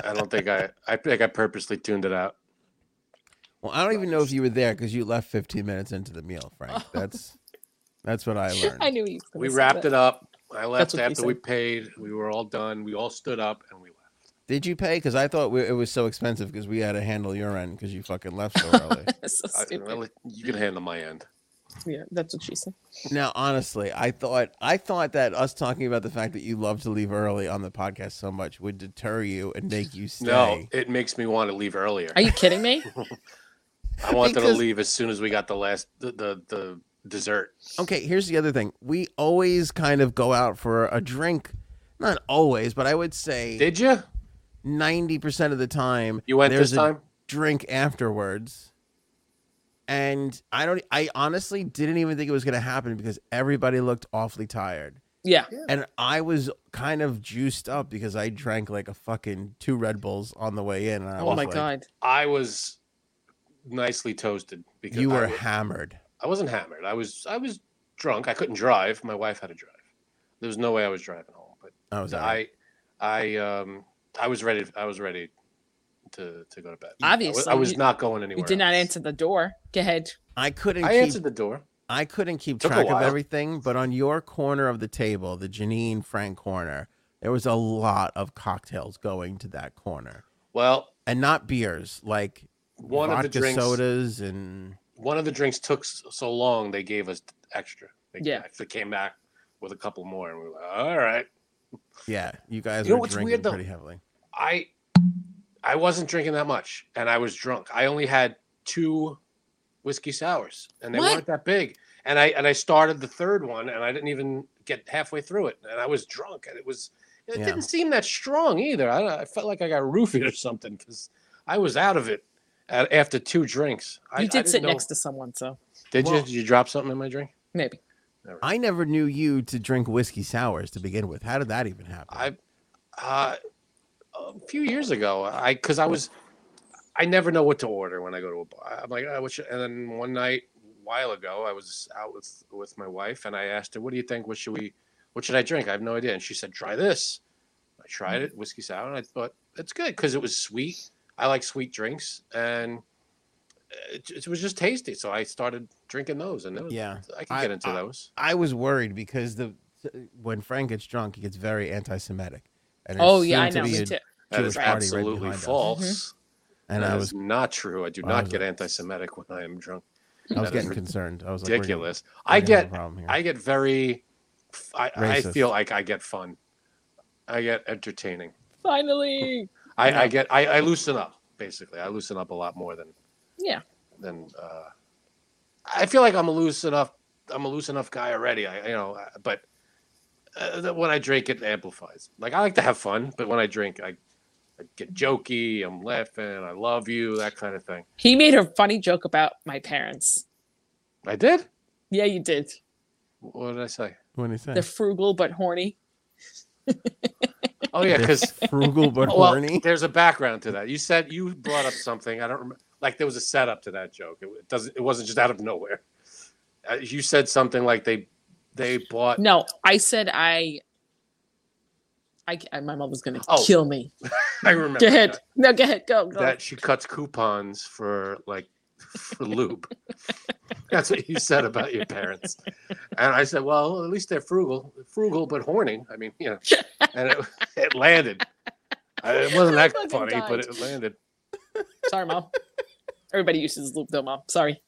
Speaker 2: I don't think I. I think I purposely tuned it out.
Speaker 1: Well, I don't even know if you were there because you left 15 minutes into the meal, Frank.
Speaker 3: Oh.
Speaker 1: That's that's what I learned.
Speaker 3: I knew you.
Speaker 2: We wrapped it up. I left
Speaker 3: what he
Speaker 2: after
Speaker 3: said.
Speaker 2: we paid. We were all done. We all stood up and we left.
Speaker 1: Did you pay? Because I thought we, it was so expensive because we had to handle your end because you fucking left so early.
Speaker 3: so
Speaker 2: I-
Speaker 3: stupid.
Speaker 2: really- you can handle my end.
Speaker 3: Yeah, that's what she said.
Speaker 1: now, honestly, I thought I thought that us talking about the fact that you love to leave early on the podcast so much would deter you and make you stay.
Speaker 2: No, it makes me want to leave earlier.
Speaker 3: Are you kidding me?
Speaker 2: I wanted
Speaker 1: Because-
Speaker 2: to leave as soon as we got the last the the, the dessert.
Speaker 1: Okay, here's the other thing. We always kind of go out for a drink. Not always, but I would say
Speaker 2: Did you?
Speaker 1: ninety percent of the time
Speaker 2: You went
Speaker 1: there's
Speaker 2: this
Speaker 1: a
Speaker 2: time?
Speaker 1: drink afterwards. And I don't I honestly didn't even think it was gonna happen because everybody looked awfully tired.
Speaker 3: Yeah.
Speaker 1: And I was kind of juiced up because I drank like a fucking two Red Bulls on the way in. And I
Speaker 3: Oh
Speaker 1: was
Speaker 3: my
Speaker 1: like,
Speaker 3: god.
Speaker 2: I was nicely toasted because
Speaker 1: You
Speaker 2: I
Speaker 1: were
Speaker 2: wa-
Speaker 1: hammered.
Speaker 2: I wasn't hammered. I was I was drunk. I couldn't drive. My wife had to drive. There was no way I was driving home. But
Speaker 1: I was out.
Speaker 2: I I um I was ready. I was ready to to go to bed. I was,
Speaker 3: Obviously,
Speaker 2: I was
Speaker 3: you-
Speaker 2: not going anywhere.
Speaker 3: You did not
Speaker 2: else.
Speaker 3: answer the door. Go ahead.
Speaker 1: I couldn't
Speaker 2: I
Speaker 1: keep
Speaker 2: answered the door.
Speaker 1: I couldn't keep
Speaker 2: Took a
Speaker 1: track of
Speaker 2: while.
Speaker 1: everything, but on your corner of the table, the Janine Frank corner, there was a lot of cocktails going to that corner.
Speaker 2: Well,
Speaker 1: And not beers, like
Speaker 2: one
Speaker 1: vodka
Speaker 2: of the drinks
Speaker 1: sodas and
Speaker 2: one of the drinks took s- so long they gave us extra. They,
Speaker 3: Yeah.
Speaker 2: they came back with a couple more, and we were like, "All right."
Speaker 1: yeah, you guys
Speaker 2: You know
Speaker 1: were
Speaker 2: what's
Speaker 1: drinking
Speaker 2: weird, though?
Speaker 1: pretty heavily.
Speaker 2: I I wasn't drinking that much, and I was drunk. I only had two whiskey sours, and they
Speaker 3: What?
Speaker 2: weren't that big. And I and I started the third one, and I didn't even get halfway through it, and I was drunk, and it was it
Speaker 1: Yeah.
Speaker 2: didn't seem that strong either. I, I felt like I got roofied or something because I was out of it at, after two drinks. I, I
Speaker 3: You did
Speaker 2: didn't
Speaker 3: sit
Speaker 2: know-
Speaker 3: next to someone, so
Speaker 2: Did you
Speaker 1: Well-
Speaker 2: did you drop something in my drink?
Speaker 3: maybe.
Speaker 1: I never knew you to drink whiskey sours to begin with. How did that even happen?
Speaker 2: I uh, a few years ago, I because I was I never know what to order when I go to a bar. I'm like, oh, what should, and then one night a while ago, I was out with with my wife, and I asked her, "What do you think? What should we? What should I drink?" I have no idea, and she said, "Try this." I tried it, whiskey sour, and I thought it's good because it was sweet. I like sweet drinks, and it, it was just tasty. So I started drinking those, and it was,
Speaker 1: Yeah.
Speaker 2: I could
Speaker 1: I-
Speaker 2: get into
Speaker 1: I-
Speaker 2: those.
Speaker 1: I was worried because the when Frank gets drunk, he gets very anti-Semitic. And it's
Speaker 3: Oh yeah, I
Speaker 1: soon to
Speaker 3: know.
Speaker 1: be a-
Speaker 3: Me too.
Speaker 2: That is
Speaker 1: Jewish party right
Speaker 2: absolutely
Speaker 1: behind us.
Speaker 2: false.
Speaker 1: And
Speaker 2: That
Speaker 1: I
Speaker 2: is
Speaker 1: was
Speaker 2: not true. I do
Speaker 1: I
Speaker 2: not
Speaker 1: was-
Speaker 2: get anti-Semitic when I am drunk.
Speaker 1: I was
Speaker 2: that is
Speaker 1: getting concerned. I was like, we're gonna-
Speaker 2: Ridiculous.
Speaker 1: we're
Speaker 2: I
Speaker 1: gonna have a
Speaker 2: get
Speaker 1: problem here.
Speaker 2: I get very I, I
Speaker 1: Racist.
Speaker 2: feel like I get fun. I get entertaining.
Speaker 3: Finally.
Speaker 2: I,
Speaker 1: Yeah.
Speaker 2: I get I, I loosen up basically. I loosen up a lot more than
Speaker 3: Yeah.
Speaker 2: than uh, I feel like I'm a loose enough I'm a loose enough guy already. I you know I- but uh, that when I drink it amplifies. Like I like to have fun, but when I drink I, I get jokey. I'm laughing. I love you. That kind of thing.
Speaker 3: He made a funny joke about my parents.
Speaker 2: I did.
Speaker 3: Yeah, you did.
Speaker 2: What did I say?
Speaker 1: What did he say?
Speaker 3: They're frugal but horny.
Speaker 2: Oh yeah, because
Speaker 1: frugal but
Speaker 2: well,
Speaker 1: horny.
Speaker 2: there's a background to that. You said you brought up something. I don't remember. Like there was a setup to that joke. It, it doesn't. It wasn't just out of nowhere. Uh, you said something like they they bought.
Speaker 3: No, I said I. I, I my mom was gonna
Speaker 2: Oh.
Speaker 3: kill me.
Speaker 2: I remember
Speaker 3: Go ahead.
Speaker 2: that-
Speaker 3: No, go ahead. Go.
Speaker 2: That,
Speaker 3: go.
Speaker 2: she cuts coupons for like for lube. That's what you said about your parents. And I said, well, at least they're frugal, frugal but horny. I mean, you know, and it, it landed. I- It wasn't
Speaker 3: I
Speaker 2: that
Speaker 3: fucking
Speaker 2: funny,
Speaker 3: died.
Speaker 2: but it landed.
Speaker 3: Sorry, mom. Everybody uses loop though, mom. Sorry.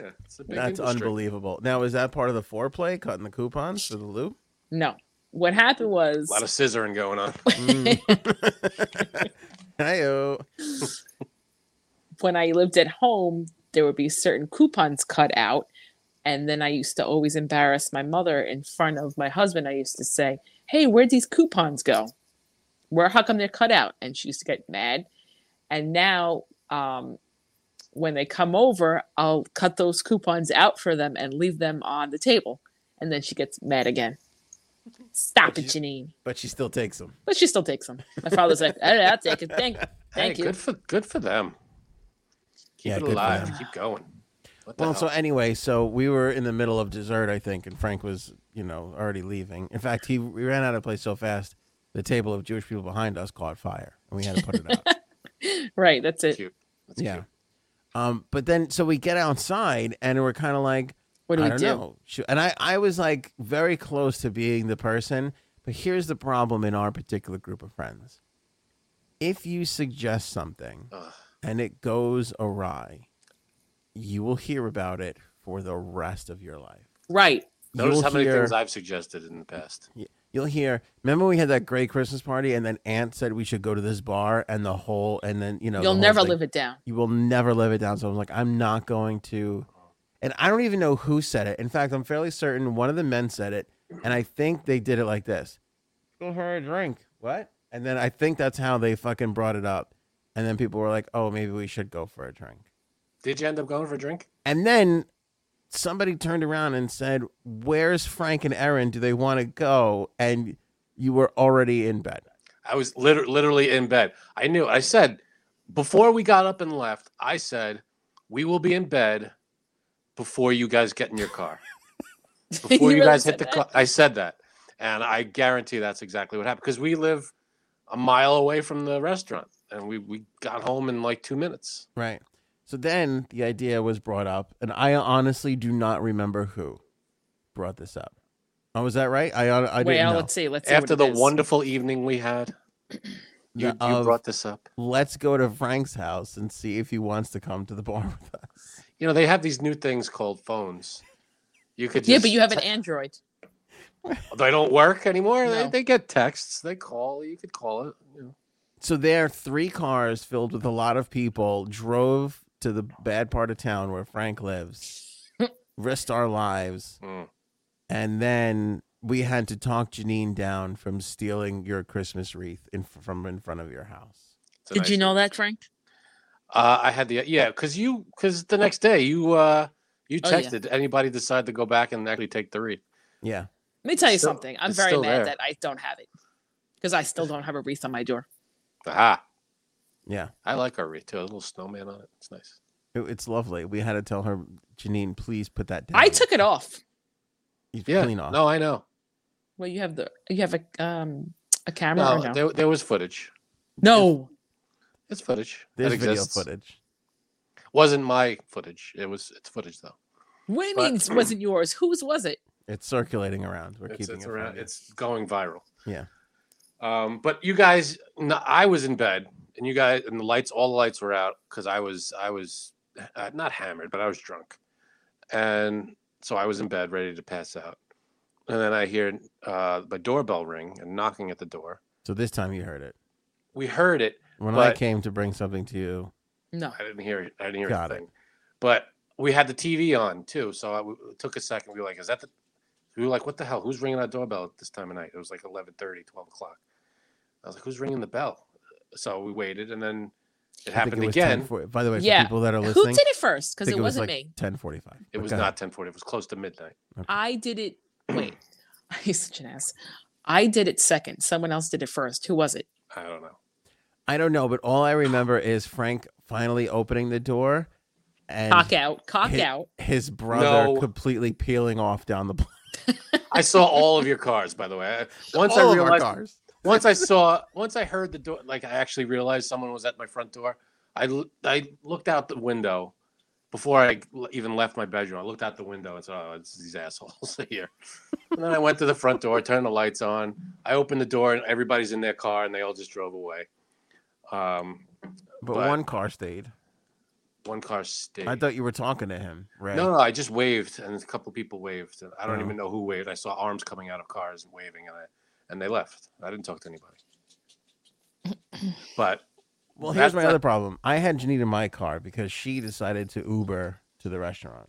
Speaker 2: Yeah, it's a big
Speaker 1: That's
Speaker 2: industry.
Speaker 1: unbelievable. Now, is that part of the foreplay, cutting the coupons for the loop?
Speaker 3: No. What happened was
Speaker 2: A lot of scissoring going on.
Speaker 1: Mm. Hmm. Hi-yo.
Speaker 3: when I lived at home, there would be certain coupons cut out. And then I used to always embarrass my mother in front of my husband. I used to say, Hey, where'd these coupons go? Where, how come they're cut out? And she used to get mad. And now, um, when they come over, I'll cut those coupons out for them and leave them on the table. And then she gets mad again. Stop it, Janine.
Speaker 1: But she still takes them.
Speaker 3: But she still takes them. My father's like, "All right, I'll take it. Thank, thank
Speaker 2: hey,
Speaker 3: you.
Speaker 2: Good for good for them. Keep
Speaker 1: Yeah,
Speaker 2: it
Speaker 1: good for
Speaker 2: alive.
Speaker 1: them.
Speaker 2: Keep going. What the
Speaker 1: Well, so
Speaker 2: hell?
Speaker 1: anyway, so we were in the middle of dessert, I think, and Frank was, you know, already leaving. In fact, he we ran out of place so fast, the table of Jewish people behind us caught fire, and we had to put it out.
Speaker 3: Right, that's it.
Speaker 2: cute. That's
Speaker 1: yeah.
Speaker 2: cute.
Speaker 1: Um, but then, so we get outside, and we're kind of like,
Speaker 3: What do
Speaker 1: I
Speaker 3: we
Speaker 1: don't
Speaker 3: do?
Speaker 1: know. Should- And I, I was like very close to being the person, but here's the problem in our particular group of friends. If you suggest something
Speaker 2: Ugh.
Speaker 1: and it goes awry, you will hear about it for the rest of your life.
Speaker 3: Right.
Speaker 2: Notice
Speaker 1: You'll
Speaker 2: how many
Speaker 1: hear-
Speaker 2: things I've suggested in the past.
Speaker 1: You'll hear. Remember, we had that great Christmas party, and then Aunt said we should go to this bar, and the whole, and then you know, the
Speaker 3: You'll
Speaker 1: whole
Speaker 3: never
Speaker 1: thing-
Speaker 3: live it down.
Speaker 1: You will never live it down. So I'm like, I'm not going to. And I don't even know who said it. In fact, I'm fairly certain one of the men said it, and I think they did it like this: "Go for a drink." What? And then I think that's how they fucking brought it up. And then people were like, "Oh, maybe we should go for a drink."
Speaker 2: Did you end up going for a drink?
Speaker 1: And then somebody turned around and said, "Where's Frank and Erin? Do they want to go?" And you were already in bed.
Speaker 2: I was liter- literally in bed. I knew. I said before we got up and left. I said we will be in bed before you guys get in your car. Before you,
Speaker 3: really
Speaker 2: guys hit
Speaker 3: said
Speaker 2: the
Speaker 3: that?
Speaker 2: car, I said that, and I guarantee that's exactly what happened because we live a mile away from the restaurant, and we we got home in like two minutes.
Speaker 1: Right. So then the idea was brought up, and I honestly do not remember who brought this up. Oh, was that right? I I didn't
Speaker 3: Wait,
Speaker 1: know.
Speaker 3: now let's see. Let's see
Speaker 2: After
Speaker 3: what
Speaker 2: the
Speaker 3: it is.
Speaker 2: wonderful evening we had, you,
Speaker 1: The-
Speaker 2: you
Speaker 1: of,
Speaker 2: brought this up.
Speaker 1: let's go to Frank's house and see if he wants to come to the bar with us.
Speaker 2: You know they have these new things called phones. You could just,
Speaker 3: Yeah, but you have an Android.
Speaker 2: they don't work anymore. They,
Speaker 3: No.
Speaker 2: they get texts. They call. You could call it. You know.
Speaker 1: So there, three cars filled with a lot of people drove to the bad part of town where Frank lives, risked our lives,
Speaker 2: Mm.
Speaker 1: and then we had to talk Janine down from stealing your Christmas wreath in, from in front of your house.
Speaker 2: It's a
Speaker 3: Did
Speaker 2: nice
Speaker 3: you
Speaker 2: one.
Speaker 3: know that, Frank?
Speaker 2: Uh, I had the yeah, because you because the next day you uh you
Speaker 3: Oh, yeah.
Speaker 2: texted anybody decide to go back and actually take the wreath.
Speaker 1: Yeah.
Speaker 3: Let me tell you
Speaker 2: Still-
Speaker 3: something. I'm
Speaker 2: it's
Speaker 3: very
Speaker 2: still
Speaker 3: mad
Speaker 2: there.
Speaker 3: that I don't have it because I still don't have a wreath on my door.
Speaker 2: Aha!
Speaker 1: Yeah.
Speaker 2: I like our wreath too. A little snowman on it. It's nice.
Speaker 1: It- it's lovely. We had to tell her, Janine, please put that down.
Speaker 3: I took it off.
Speaker 1: It's
Speaker 2: Yeah.
Speaker 1: clean off.
Speaker 2: No, I know.
Speaker 3: Well, you have the you have a um a camera. or
Speaker 2: No,
Speaker 3: no?
Speaker 2: there, there was footage.
Speaker 3: no.
Speaker 2: It's footage. that
Speaker 1: There's video
Speaker 2: exists.
Speaker 1: footage.
Speaker 2: Wasn't my footage. It was. It's footage though.
Speaker 3: What do you
Speaker 2: But-
Speaker 3: mean it wasn't yours? Whose was it?
Speaker 1: It's circulating around. We're
Speaker 2: It's,
Speaker 1: keeping
Speaker 2: it's
Speaker 1: it.
Speaker 2: around.
Speaker 1: from you.
Speaker 2: It's going viral.
Speaker 1: Yeah.
Speaker 2: Um, but you guys, no, I was in bed, and you guys, and the lights, all the lights were out because I was, I was uh, not hammered, but I was drunk, and so I was in bed, ready to pass out, and then I hear uh, my doorbell ring and knocking at the door.
Speaker 1: So this time you heard it.
Speaker 2: We heard it.
Speaker 1: When I
Speaker 2: But-
Speaker 1: came to bring something to you,
Speaker 3: No.
Speaker 2: I didn't hear it. I didn't hear
Speaker 1: Got it.
Speaker 2: anything. But we had the TV on too, so I, it took a second. We were like, "Is that the?" We were like, "What the hell? Who's ringing that doorbell at this time of night?" It was like 11:30, 12 o'clock. I was like, "Who's ringing the bell?" So we waited, and then it
Speaker 1: I think
Speaker 2: happened
Speaker 1: it was
Speaker 2: again.
Speaker 1: 10:40 by the way,
Speaker 3: Yeah.
Speaker 1: for people that are
Speaker 3: Who
Speaker 1: listening,
Speaker 3: did it first?
Speaker 1: I
Speaker 3: Because
Speaker 1: think
Speaker 3: it
Speaker 1: was
Speaker 3: wasn't
Speaker 1: like
Speaker 3: me.
Speaker 1: 10:45.
Speaker 2: It
Speaker 1: But
Speaker 2: was
Speaker 1: go ahead.
Speaker 2: not 10:40. It was close to midnight.
Speaker 3: I did it. Wait, he's such an ass. I did it second. Someone else did it first. Who was it?
Speaker 2: I don't know.
Speaker 1: I don't know, but all I remember is Frank finally opening the door, and
Speaker 3: Cock out. Cock
Speaker 1: hit-
Speaker 3: out.
Speaker 1: his brother
Speaker 2: No.
Speaker 1: completely peeling off down the.
Speaker 2: I saw all of your cars, by the way. I- Once
Speaker 1: all
Speaker 2: I
Speaker 1: of our
Speaker 2: realized,
Speaker 1: cars.
Speaker 2: once I saw, once I heard the door, like I actually realized someone was at my front door. I, l- I looked out the window before I l- even left my bedroom. I looked out the window and saw, oh, it's these assholes here. and then I went to the front door, turned the lights on. I opened the door and everybody's in their car and they all just drove away. Um,
Speaker 1: But,
Speaker 2: But-
Speaker 1: one car stayed.
Speaker 2: one car stayed.
Speaker 1: I thought you were talking to him, Ray.
Speaker 2: No, no, I just waved, and a couple people waved. and I don't
Speaker 1: Oh.
Speaker 2: even know who waved. I saw arms coming out of cars and waving, and I and they left. I didn't talk to anybody. but
Speaker 1: Well, here's
Speaker 2: that's
Speaker 1: my
Speaker 2: not-
Speaker 1: other problem. I had Janine in my car because she decided to Uber to the restaurant.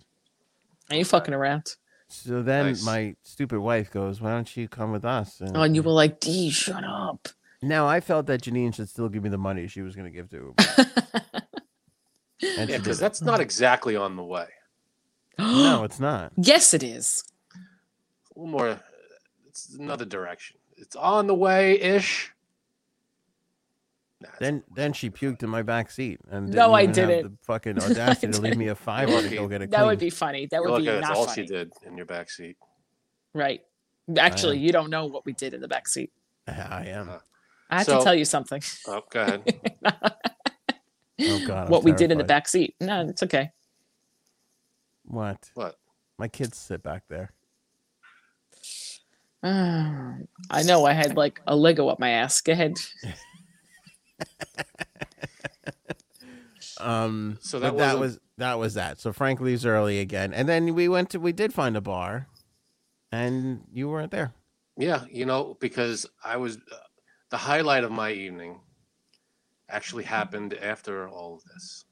Speaker 3: Are you fucking around?
Speaker 1: So then
Speaker 2: Nice.
Speaker 1: my stupid wife goes, "Why don't you come with us?"
Speaker 3: Oh, and you were like, D, shut up.
Speaker 1: now I felt that Janine should still give me the money she was going to give to Uber. And she
Speaker 2: yeah,
Speaker 1: did
Speaker 2: because that's not exactly on the way.
Speaker 1: no, it's not.
Speaker 3: Yes, it is.
Speaker 2: A little more. It's another direction. It's on the way ish. Nah, it's
Speaker 1: Then then she puked in my back seat, and
Speaker 3: No,
Speaker 1: didn't
Speaker 3: I
Speaker 1: even have
Speaker 3: didn't.
Speaker 1: The fucking
Speaker 3: I
Speaker 1: audacity to leave
Speaker 3: didn't.
Speaker 1: me a fiver to go
Speaker 2: Lucky.
Speaker 1: get a
Speaker 3: That
Speaker 1: clean.
Speaker 3: would be funny. That
Speaker 2: You're
Speaker 3: would be
Speaker 2: lucky that's
Speaker 3: not
Speaker 2: all
Speaker 3: funny.
Speaker 2: she did in your backseat.
Speaker 3: Right. Actually, you don't know what we did in the back seat.
Speaker 1: I am. Oh
Speaker 3: I have to
Speaker 2: So-
Speaker 3: tell you something.
Speaker 2: Oh, go ahead.
Speaker 1: Oh, God. I'm
Speaker 3: what we did in the
Speaker 1: terrified.
Speaker 3: back seat. No, it's okay.
Speaker 1: What?
Speaker 2: what?
Speaker 1: My kids sit back there.
Speaker 3: Ah, I know I had like a Lego up my ass. Go ahead.
Speaker 1: Um.
Speaker 2: So
Speaker 1: but
Speaker 2: that
Speaker 1: that
Speaker 2: wasn't-
Speaker 1: was that was that. So Frank leaves early again, and then we went to we did find a bar, and you weren't there.
Speaker 2: Yeah, you know, because I was uh, the highlight of my evening actually happened after all of this.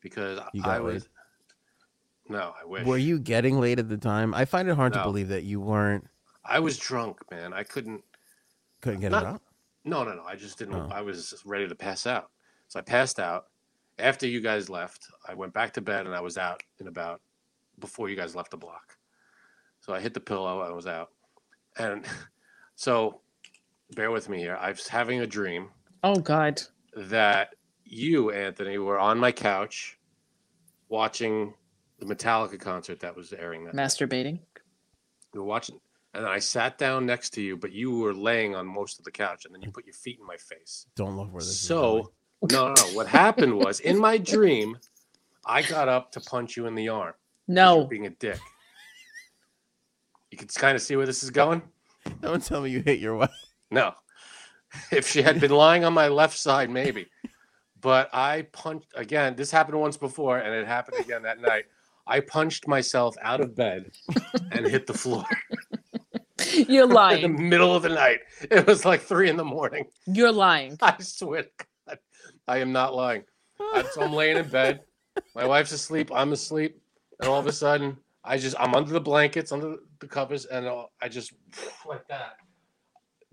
Speaker 2: Because
Speaker 1: You
Speaker 2: I
Speaker 1: got laid?
Speaker 2: was No, I wish.
Speaker 1: Were you getting late at the time? I find it hard to
Speaker 2: No.
Speaker 1: believe that you weren't
Speaker 2: I was drunk, man. I couldn't
Speaker 1: couldn't get
Speaker 2: Not-
Speaker 1: it up.
Speaker 2: No, no, no. I just didn't
Speaker 1: Oh.
Speaker 2: I was ready to pass out. So I passed out. After you guys left, I went back to bed and I was out in about before you guys left the block. So I hit the pillow. I was out. And so bear with me here. I was having a dream.
Speaker 3: Oh God.
Speaker 2: that you, Anthony, were on my couch watching the Metallica concert that was airing that night.
Speaker 3: Masturbating.
Speaker 2: You were watching, and I sat down next to you, but you were laying on most of the couch, and then you put your feet in my face.
Speaker 1: Don't love where this is.
Speaker 2: So, no, no, no. What happened was in my dream, I got up to punch you in the arm. 'cause you were
Speaker 3: No.
Speaker 2: being a dick. You can kind of see where this is going.
Speaker 1: So don't tell me you hit your wife.
Speaker 2: No. If she had been lying on my left side, maybe. But I punched again. This happened once before, and it happened again that night. I punched myself out of bed and hit the floor
Speaker 3: You're
Speaker 2: in the
Speaker 3: lying.
Speaker 2: middle of the night. It was like three in the morning.
Speaker 3: You're lying.
Speaker 2: I swear to God, I am not lying. I- So I'm laying in bed. My wife's asleep. I'm asleep, and all of a sudden, I just I'm under the blankets, under the covers, and all- I just like that.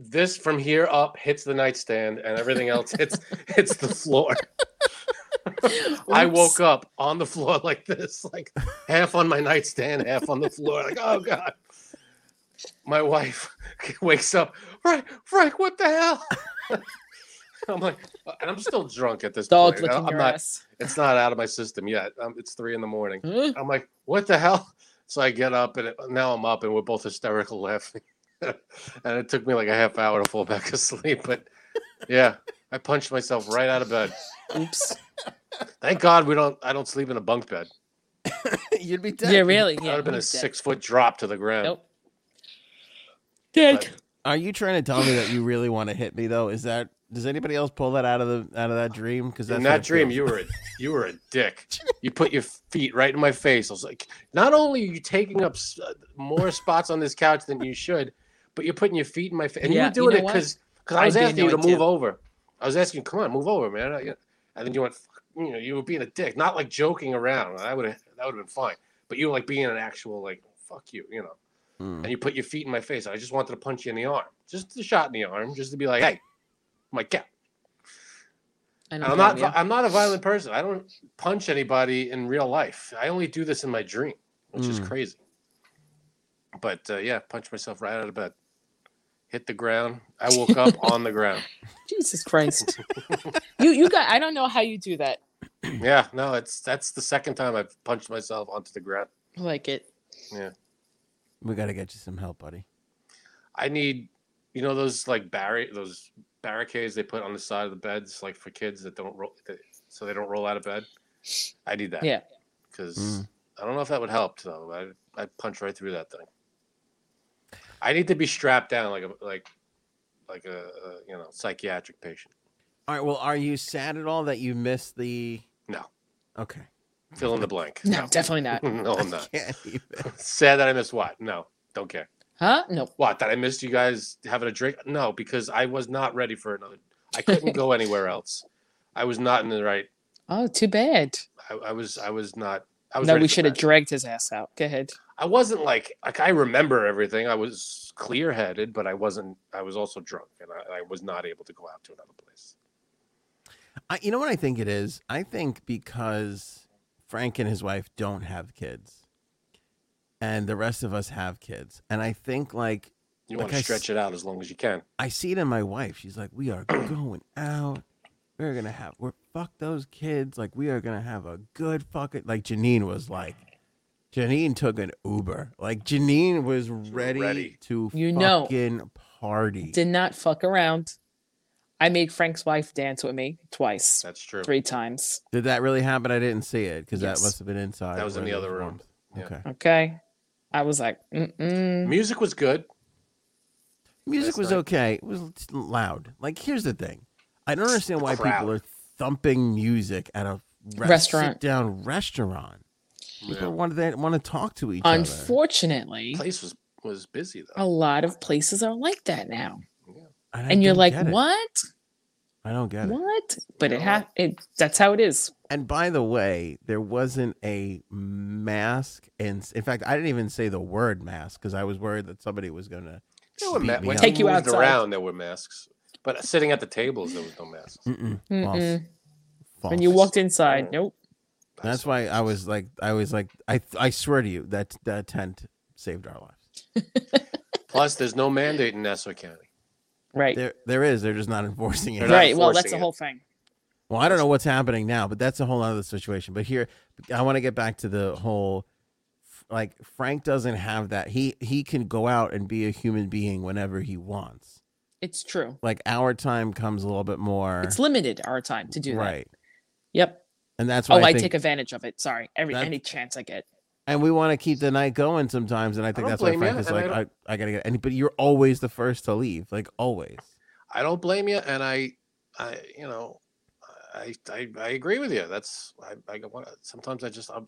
Speaker 2: This from here up hits the nightstand, and everything else hits hits the floor. I woke up on the floor like this, like half on my nightstand, half on the floor. Like, oh god. My wife wakes up, Frank, Frank, what the hell? I'm like, "Uh, and I'm still drunk at this
Speaker 3: Dog
Speaker 2: point.
Speaker 3: licking
Speaker 2: I'm
Speaker 3: your
Speaker 2: not,
Speaker 3: ass.
Speaker 2: it's not out of my system yet. Um, it's three in the morning.
Speaker 3: Hmm?
Speaker 2: I'm like, what the hell? So I get up, and it, now I'm up, and we're both hysterical laughing. and it took me like a half hour to fall back asleep, but yeah, I punched myself right out of bed.
Speaker 3: Oops.
Speaker 2: Thank God we don't. I don't sleep in a bunk bed.
Speaker 1: You'd be dead.
Speaker 3: Yeah, really.
Speaker 2: That
Speaker 3: Yeah,
Speaker 2: would have been a
Speaker 3: he's dead.
Speaker 2: six foot drop to the ground.
Speaker 3: Nope. Dead.
Speaker 2: But-
Speaker 1: Are you trying to tell me that you really want to hit me though? Is that does anybody else pull that out of the out of that dream? Because
Speaker 2: In that dream, you were a you were a dick. You put your feet right in my face. I was like, not only are you taking up s- uh, more spots on this couch than you should, but you're putting your feet in my face. And
Speaker 3: Yeah,
Speaker 2: you were
Speaker 3: you
Speaker 2: doing
Speaker 3: know
Speaker 2: it
Speaker 3: what?
Speaker 2: because I was
Speaker 3: I'd be
Speaker 2: asking you to
Speaker 3: annoyed
Speaker 2: move
Speaker 3: too.
Speaker 2: over. I was asking, you, come on, move over, man. I- And then you went, "Fuck," you know, you were being a dick, not like joking around. I would have that would have been fine, but you were like being an actual like, fuck you, you know.
Speaker 1: Mm.
Speaker 2: and you put your feet in my face. I just wanted to punch you in the arm, just a shot in the arm, just to be like, "Hey, my cat."
Speaker 3: I
Speaker 2: And
Speaker 3: don't
Speaker 2: I'm not,
Speaker 3: blame you.
Speaker 2: I'm not a violent person. I don't punch anybody in real life. I only do this in my dream, which is
Speaker 1: Mm.
Speaker 2: crazy. But uh, yeah, punched myself right out of bed, hit the ground. I woke up on the ground.
Speaker 3: Jesus Christ. you you got. I don't know how you do that.
Speaker 2: Yeah, no, it's that's the second time I've punched myself onto the ground.
Speaker 3: I like it.
Speaker 1: we got to get you some help, buddy.
Speaker 2: I need, you know, those like barri- those barricades they put on the side of the beds, like for kids that don't roll, that, so they don't roll out of bed. I need that.
Speaker 3: Yeah.
Speaker 2: Because
Speaker 1: Mm.
Speaker 2: I don't know if that would help though. I I punch right through that thing. I need to be strapped down like a like like a, a you know psychiatric patient.
Speaker 1: All right. Well, are you sad at all that you missed the?
Speaker 2: No.
Speaker 1: Okay.
Speaker 2: Fill in the blank.
Speaker 3: No, definitely not.
Speaker 2: no, I'm not.
Speaker 1: Can't even.
Speaker 2: Sad that I missed what? No, don't care.
Speaker 3: Huh? No.
Speaker 2: What? That I missed you guys having a drink? No, because I was not ready for another. I couldn't go anywhere else. I was not in the right.
Speaker 3: Oh, too bad.
Speaker 2: I, I was. I was not. I was.
Speaker 3: No,
Speaker 2: ready
Speaker 3: we
Speaker 2: for
Speaker 3: should have
Speaker 2: that.
Speaker 3: dragged his ass out. Go ahead.
Speaker 2: I wasn't like like I remember everything. I was clear headed, but I wasn't. I was also drunk, and I, I was not able to go out to another place.
Speaker 1: I, you know what I think it is? I think because Frank and his wife don't have kids, and the rest of us have kids, and I think like
Speaker 2: You
Speaker 1: Like
Speaker 2: want
Speaker 1: I
Speaker 2: to
Speaker 1: s-
Speaker 2: stretch it out as long as you can.
Speaker 1: I see it in my wife. She's like, we are going out. We're gonna have we're fuck those kids. Like we are gonna have a good fucking like Janine was like. Janine took an Uber. Like Janine was ready,
Speaker 2: ready.
Speaker 1: to
Speaker 3: You know.
Speaker 1: fucking party.
Speaker 3: Did not fuck around. I made Frank's wife dance with me twice,
Speaker 2: That's true.
Speaker 3: three times.
Speaker 1: Did that really happen? I didn't see it because
Speaker 3: Yes.
Speaker 1: that must have been inside.
Speaker 2: That was in
Speaker 1: where
Speaker 2: the
Speaker 1: they
Speaker 2: other room.
Speaker 1: performed.
Speaker 2: Yeah.
Speaker 1: Okay.
Speaker 3: Okay. I was like, mm-mm.
Speaker 2: Music was good.
Speaker 1: Music
Speaker 2: Last
Speaker 1: was
Speaker 2: night.
Speaker 1: okay. It was loud. Like, here's the thing. I don't understand
Speaker 2: The
Speaker 1: why people
Speaker 2: crowd.
Speaker 1: are thumping music at a
Speaker 3: Restaurant.
Speaker 1: down restaurant. People
Speaker 2: The
Speaker 1: want to want to talk to each other.
Speaker 3: Unfortunately,
Speaker 2: place was was busy though.
Speaker 3: a lot of places are like that now.
Speaker 1: I
Speaker 3: And you're
Speaker 1: don't
Speaker 3: like,
Speaker 1: get it.
Speaker 3: what?
Speaker 1: I don't get it.
Speaker 3: What? But it
Speaker 2: know
Speaker 3: ha- it that's how it is.
Speaker 1: And by the way, there wasn't a mask. And in fact, I didn't even say the word mask because I was worried that somebody was going to.
Speaker 2: There were
Speaker 1: Beat
Speaker 2: ma-
Speaker 1: me
Speaker 2: when
Speaker 1: up.
Speaker 2: you
Speaker 3: Take you
Speaker 2: moved
Speaker 3: outside.
Speaker 2: around, there were masks, but sitting at the tables, there was no masks.
Speaker 1: False.
Speaker 3: Mm-mm. When you
Speaker 1: False.
Speaker 3: walked inside, nope.
Speaker 1: That's why I was like, I was like, I I swear to you that that tent saved our lives.
Speaker 2: Plus, there's no mandate in Nassau County.
Speaker 3: Right.
Speaker 1: There there is, they're just not enforcing it.
Speaker 2: They're not
Speaker 3: Right. Well, that's
Speaker 2: forcing
Speaker 3: the
Speaker 2: it.
Speaker 3: whole thing.
Speaker 1: Well, I don't know what's happening now, but that's a whole other situation. But here, I want to get back to the whole f- like Frank doesn't have that. He he can go out and be a human being whenever he wants.
Speaker 3: It's true.
Speaker 1: Like our time comes a little bit more
Speaker 3: It's limited our time to do that.
Speaker 1: right,
Speaker 3: Yep.
Speaker 1: and that's
Speaker 3: Oh,
Speaker 1: why
Speaker 3: I,
Speaker 1: I, think,
Speaker 3: take advantage of it. Sorry. Every
Speaker 1: That-
Speaker 3: any chance I get.
Speaker 1: and we want to keep the night going sometimes. And I think
Speaker 2: don't
Speaker 1: that's why
Speaker 2: blame
Speaker 1: Frank
Speaker 2: ya,
Speaker 1: is
Speaker 2: and I
Speaker 1: like, I, I gotta get. And but you're always the first to leave, like always.
Speaker 2: I don't blame you, and I, I, you know, I, I, I agree with you. That's I, I want. Sometimes I just. i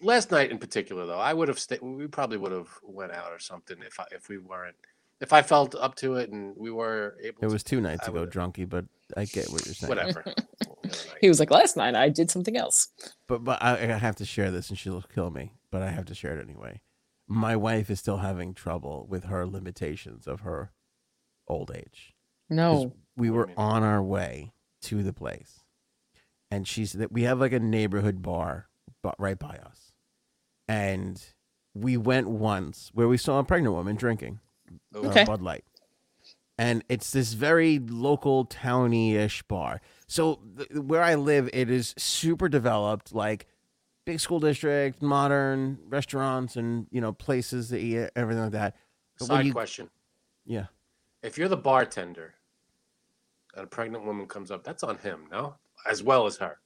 Speaker 2: last night in particular, though, I would have stayed. We probably would have went out or something if I, if we weren't, if I felt up to it and we were able.
Speaker 1: It was
Speaker 2: to,
Speaker 1: two nights
Speaker 2: I
Speaker 1: ago,
Speaker 2: would-
Speaker 1: drunky, but I get what you're saying.
Speaker 2: whatever. The other night.
Speaker 3: He was like, last night I did something else.
Speaker 1: but but I, I have to share this, and she'll kill me. But I have to share it anyway. My wife is still having trouble with her limitations of her old age. 'Cause
Speaker 3: No.
Speaker 1: we
Speaker 2: What do you
Speaker 1: were
Speaker 2: mean?
Speaker 1: on our way to the place, and she's that we have like a neighborhood bar, but right by us, and we went once where we saw a pregnant woman drinking
Speaker 2: Oh,
Speaker 1: uh,
Speaker 3: Okay.
Speaker 1: Bud Light. And it's this very local towny ish bar. So th- where I live, it is super developed, like big school district, modern restaurants, and you know places that eat everything like that. But when
Speaker 2: Side
Speaker 1: you-
Speaker 2: question:
Speaker 1: Yeah,
Speaker 2: If you're the bartender, and a pregnant woman comes up, that's on him, no, as well as her.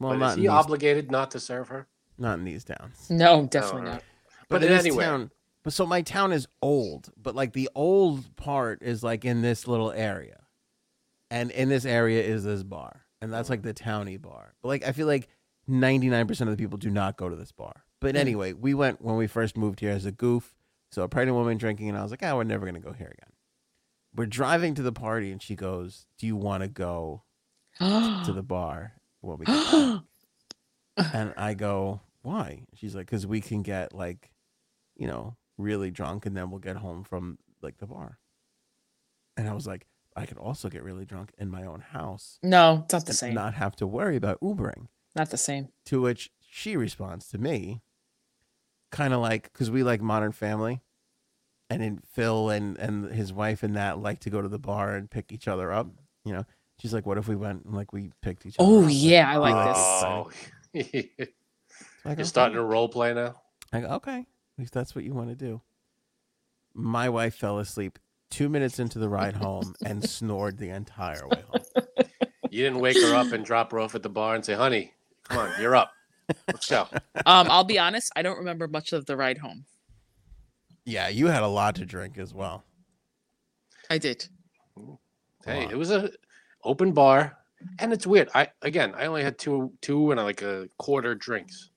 Speaker 1: well,
Speaker 2: but
Speaker 1: not
Speaker 2: is
Speaker 1: in,
Speaker 2: he
Speaker 1: these,
Speaker 2: obligated not to serve her?
Speaker 1: not in these towns.
Speaker 3: No, definitely
Speaker 2: all
Speaker 3: not.
Speaker 2: right. But in
Speaker 1: this
Speaker 2: any way.
Speaker 1: town, but so my town is old, but like the old part is like in this little area, and in this area is this bar, and that's like the towny bar. But like I feel like ninety nine percent of the people do not go to this bar. But
Speaker 2: Hmm.
Speaker 3: Mm.
Speaker 1: anyway, we went when we first moved here as a goof. So a pregnant woman drinking, and I was like, ah, we're never gonna go here again. We're driving to the party, and she goes, "Do you want to go to the bar when we get back?" And I go, why? She's like, because we can get like, you know, really drunk and then we'll get home from like the bar. And I was like, I could also get really drunk in my own house
Speaker 3: no, it's not the
Speaker 1: and
Speaker 3: same. Not,
Speaker 1: not have to worry about Ubering.
Speaker 3: the same.
Speaker 1: To which she responds to me, kind of like, because we like Modern Family. And then Phil and, and his wife and that like to go to the bar and pick each other up. You know, she's like, what if we went and like we picked each other up?
Speaker 3: Oh
Speaker 1: Like,
Speaker 3: yeah, I like this.
Speaker 2: oh,
Speaker 1: I go,
Speaker 2: you're
Speaker 1: "Okay."
Speaker 2: starting to role play now.
Speaker 1: I go, okay, at least that's what you want to do. My wife fell asleep two minutes into the ride home and snored the entire way home.
Speaker 2: You didn't wake her up and drop her off at the bar and say, "Honey, come on, you're up. Let's go."
Speaker 3: Um, I'll be honest, I don't remember much of the ride home.
Speaker 1: Yeah, you had a lot to drink as well.
Speaker 3: I did.
Speaker 2: Hey,
Speaker 1: Wow.
Speaker 2: it was a open bar, and it's weird. I again, I only had two two and like a quarter drinks,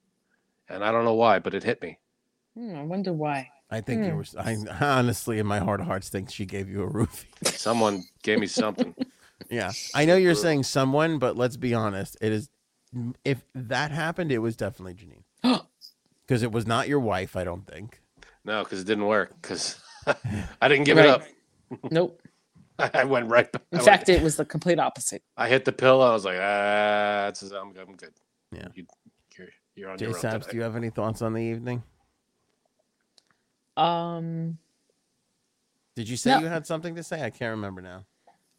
Speaker 2: and I don't know why, but it hit me.
Speaker 3: Hmm, I wonder why.
Speaker 1: I think you
Speaker 3: Hmm.
Speaker 1: were. I honestly, in my heart of hearts, think she gave you a roofie.
Speaker 2: Someone gave me something.
Speaker 1: Yeah, I know you're
Speaker 2: Sure.
Speaker 1: saying someone, but let's be honest. It is. If that happened, it was definitely Janine, because it was not your wife. I don't think.
Speaker 2: No, because it didn't work. Because I didn't give it up.
Speaker 3: Right. Nope.
Speaker 2: I went right. back- I
Speaker 3: In
Speaker 2: went-
Speaker 3: fact, it was the complete opposite.
Speaker 2: I hit the pillow. I was like, ah, it's, I'm, I'm good.
Speaker 1: Yeah.
Speaker 2: you, you're, you're on
Speaker 1: Jay
Speaker 2: your own.
Speaker 1: Sabs,
Speaker 2: tonight.
Speaker 1: do you have any thoughts on the evening?
Speaker 3: Um,
Speaker 1: Did you say
Speaker 3: No.
Speaker 1: you had something to say? I can't remember now.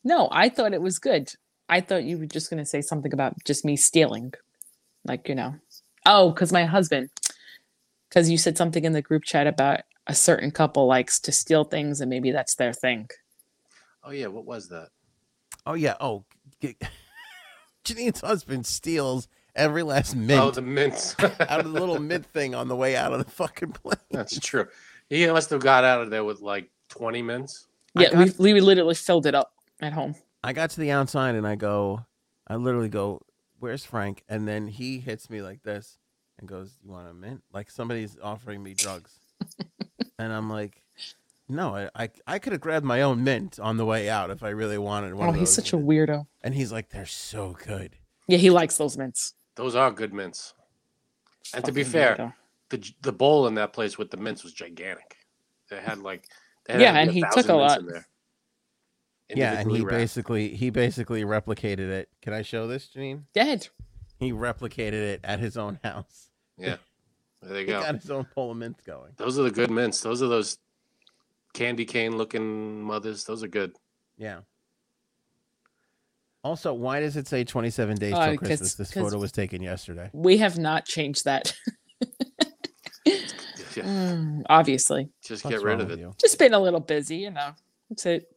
Speaker 3: no, I thought it was good. I thought you were just going to say something about just me stealing, like you know, oh, because my husband, because you said something in the group chat about a certain couple likes to steal things and maybe that's their thing.
Speaker 2: Oh yeah, what was that?
Speaker 1: Oh yeah. Oh, g- Janine's husband steals every last mint
Speaker 2: Oh, the mints.
Speaker 1: out of the little mint thing on the way out of the fucking plane.
Speaker 2: That's true. He must have got out of there with like 20 mints.
Speaker 1: I
Speaker 3: Yeah,
Speaker 1: got-
Speaker 3: we, we literally filled it up at home.
Speaker 1: I got to the outside and I go, I literally go, "Where's Frank?" And then he hits me like this and goes, "You want a mint?" Like somebody's offering me drugs, and I'm like, "No, I I, I could have grabbed my own mint on the way out if I really wanted one."
Speaker 3: Oh,
Speaker 1: of
Speaker 3: he's
Speaker 1: those."
Speaker 3: such a weirdo.
Speaker 1: And he's like, "They're so good."
Speaker 3: Yeah, he likes those mints.
Speaker 2: Those are good mints. And to be
Speaker 3: Fucking
Speaker 2: fair,
Speaker 3: weirdo.
Speaker 2: The j- the bowl in that place with the mints was gigantic. They had like they had
Speaker 3: Yeah,
Speaker 2: to be
Speaker 3: and
Speaker 2: a
Speaker 3: he took
Speaker 2: thousand
Speaker 3: a
Speaker 2: mints
Speaker 3: lot.
Speaker 2: in there.
Speaker 1: Yeah, and
Speaker 2: Individually
Speaker 1: he
Speaker 2: wrapped.
Speaker 1: basically he basically replicated it. Can I show this, Janine?
Speaker 3: dead.
Speaker 1: He replicated it at his own house.
Speaker 2: There you
Speaker 1: He
Speaker 2: go.
Speaker 1: got his own bowl of mints going.
Speaker 2: Those are the good mints. Those are those candy cane looking mothers. Those are good.
Speaker 1: Yeah. Also, why does it say 27 days
Speaker 3: Uh,
Speaker 1: till
Speaker 3: 'cause-
Speaker 1: Christmas? This
Speaker 3: 'cause-
Speaker 1: photo was taken yesterday.
Speaker 3: We have not changed that.
Speaker 2: Yeah,
Speaker 3: Mm, obviously,
Speaker 2: just
Speaker 1: What's
Speaker 2: get rid
Speaker 1: wrong
Speaker 2: of
Speaker 1: with
Speaker 2: it.
Speaker 1: you?
Speaker 3: just been a little busy, you know. That's it.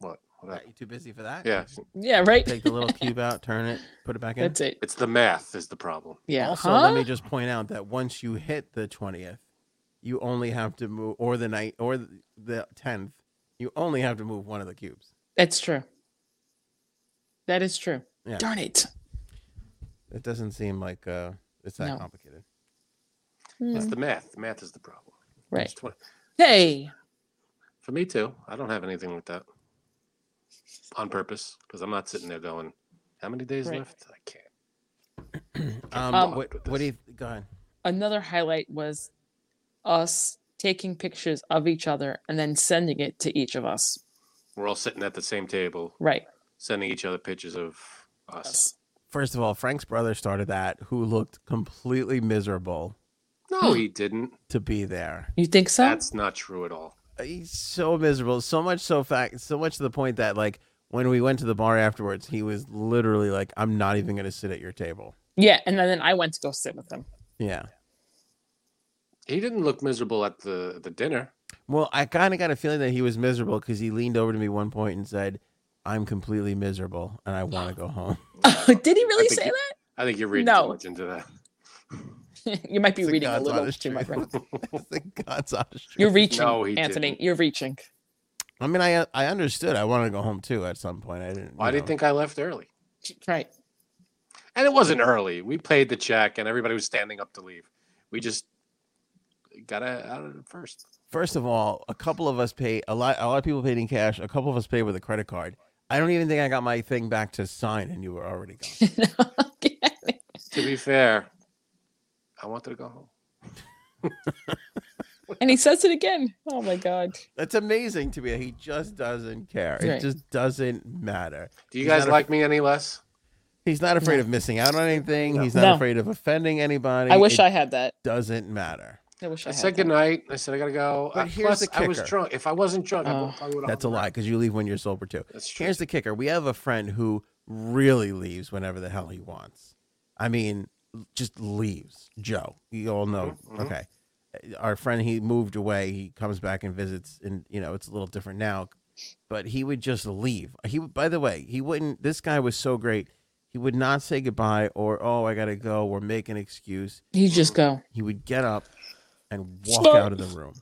Speaker 2: What? What
Speaker 1: Are
Speaker 2: happened?
Speaker 1: you too busy for that?
Speaker 2: Yeah,
Speaker 3: Yeah, right.
Speaker 1: Take the little cube out, turn it, put it back in.
Speaker 3: That's it.
Speaker 2: it's the math is the problem.
Speaker 3: Yeah.
Speaker 1: Also,
Speaker 3: huh?
Speaker 1: let me just point out that once you hit the 20th, you only have to move, or the night, or the 10th, you only have to move one of the cubes.
Speaker 3: That's true. That is true.
Speaker 1: Yeah.
Speaker 3: Darn it.
Speaker 1: It doesn't seem like uh, it's that
Speaker 3: No.
Speaker 1: complicated.
Speaker 2: It's
Speaker 3: Mm,
Speaker 2: the math. The math is the problem.
Speaker 3: Right.
Speaker 2: It's twen-
Speaker 3: Hey.
Speaker 2: For me too. I don't have anything with that on purpose because I'm not sitting there going, "How many days
Speaker 3: Right.
Speaker 2: left?" I can't. Oh
Speaker 1: Um,
Speaker 3: Um,
Speaker 1: what, what do you go ahead?
Speaker 3: Another highlight was us taking pictures of each other and then sending it to each of us.
Speaker 2: We're all sitting at the same table,
Speaker 3: Right.
Speaker 2: sending each other pictures of us.
Speaker 3: Us.
Speaker 1: First of all, Frank's brother started that, who looked completely miserable
Speaker 2: No,
Speaker 3: Hmm.
Speaker 2: he didn't.
Speaker 1: to be there. Uh,
Speaker 3: You think so?
Speaker 2: That's not true at all.
Speaker 1: he's so miserable so much so fact so much to the point that like when we went to the bar afterwards he was literally like i'm not even gonna sit at your table
Speaker 3: yeah. And then I went to go sit with him.
Speaker 1: yeah
Speaker 2: He didn't look miserable at the the dinner.
Speaker 1: well i kind of got a feeling that he was miserable because he leaned over to me one point and said i'm completely miserable and i want to go home
Speaker 3: Did he really
Speaker 2: I think
Speaker 3: say
Speaker 2: you-
Speaker 3: that?
Speaker 2: I think you're reading
Speaker 3: No.
Speaker 2: too much into that.
Speaker 3: you might be
Speaker 1: It's a
Speaker 3: reading a
Speaker 1: God's
Speaker 3: little
Speaker 1: honest
Speaker 3: too much.
Speaker 1: truth. It's the God's honest truth.
Speaker 3: You're reaching,
Speaker 2: No, he
Speaker 3: Anthony.
Speaker 2: didn't.
Speaker 3: You're reaching.
Speaker 1: i mean i i understood i wanted to go home too at some point i didn't
Speaker 2: Why do you
Speaker 1: know.
Speaker 2: think I left early?
Speaker 3: Right.
Speaker 2: And it wasn't early. We paid the check, and everybody was standing up to leave. We just got out of it first.
Speaker 1: first of all, a couple of us pay a lot. A lot of people paid in cash. A couple of us paid with a credit card. I don't even think I got my thing back to sign, and you were already gone.
Speaker 2: To be fair, I wanted to go home.
Speaker 3: and he says it again. Oh my god.
Speaker 1: That's amazing to me. He just doesn't care. It
Speaker 3: Right.
Speaker 1: just doesn't matter.
Speaker 2: Do you
Speaker 1: He's
Speaker 2: guys
Speaker 1: not a-
Speaker 2: like me any less?
Speaker 1: He's not afraid of missing out on anything. He's not
Speaker 3: No.
Speaker 1: afraid of offending anybody.
Speaker 3: I wish
Speaker 1: it
Speaker 3: I had that.
Speaker 1: doesn't matter.
Speaker 3: I wish I,
Speaker 2: I
Speaker 3: had
Speaker 2: said
Speaker 3: that.
Speaker 2: goodnight. I said I gotta go.
Speaker 1: But
Speaker 2: Uh,
Speaker 1: here's
Speaker 2: Plus,
Speaker 1: the
Speaker 2: I was
Speaker 1: kicker. Uh,
Speaker 2: drunk. If I wasn't drunk, I
Speaker 3: Oh.
Speaker 2: probably would.
Speaker 1: That's a lie because you leave when you're sober too.
Speaker 2: That's true.
Speaker 1: Here's the kicker: we have a friend who really leaves whenever the hell he wants. I mean, just leaves. Joe, you all know.
Speaker 2: Mhm, mhm.
Speaker 1: Okay, our friend he moved away. He comes back and visits, and you know it's a little different now. But he would just leave. He, would- by the way, he wouldn't. This guy was so great. He would not say goodbye or oh I gotta go or make an excuse.
Speaker 3: You just go.
Speaker 1: He would get up and walk
Speaker 3: Smart.
Speaker 1: out of the room,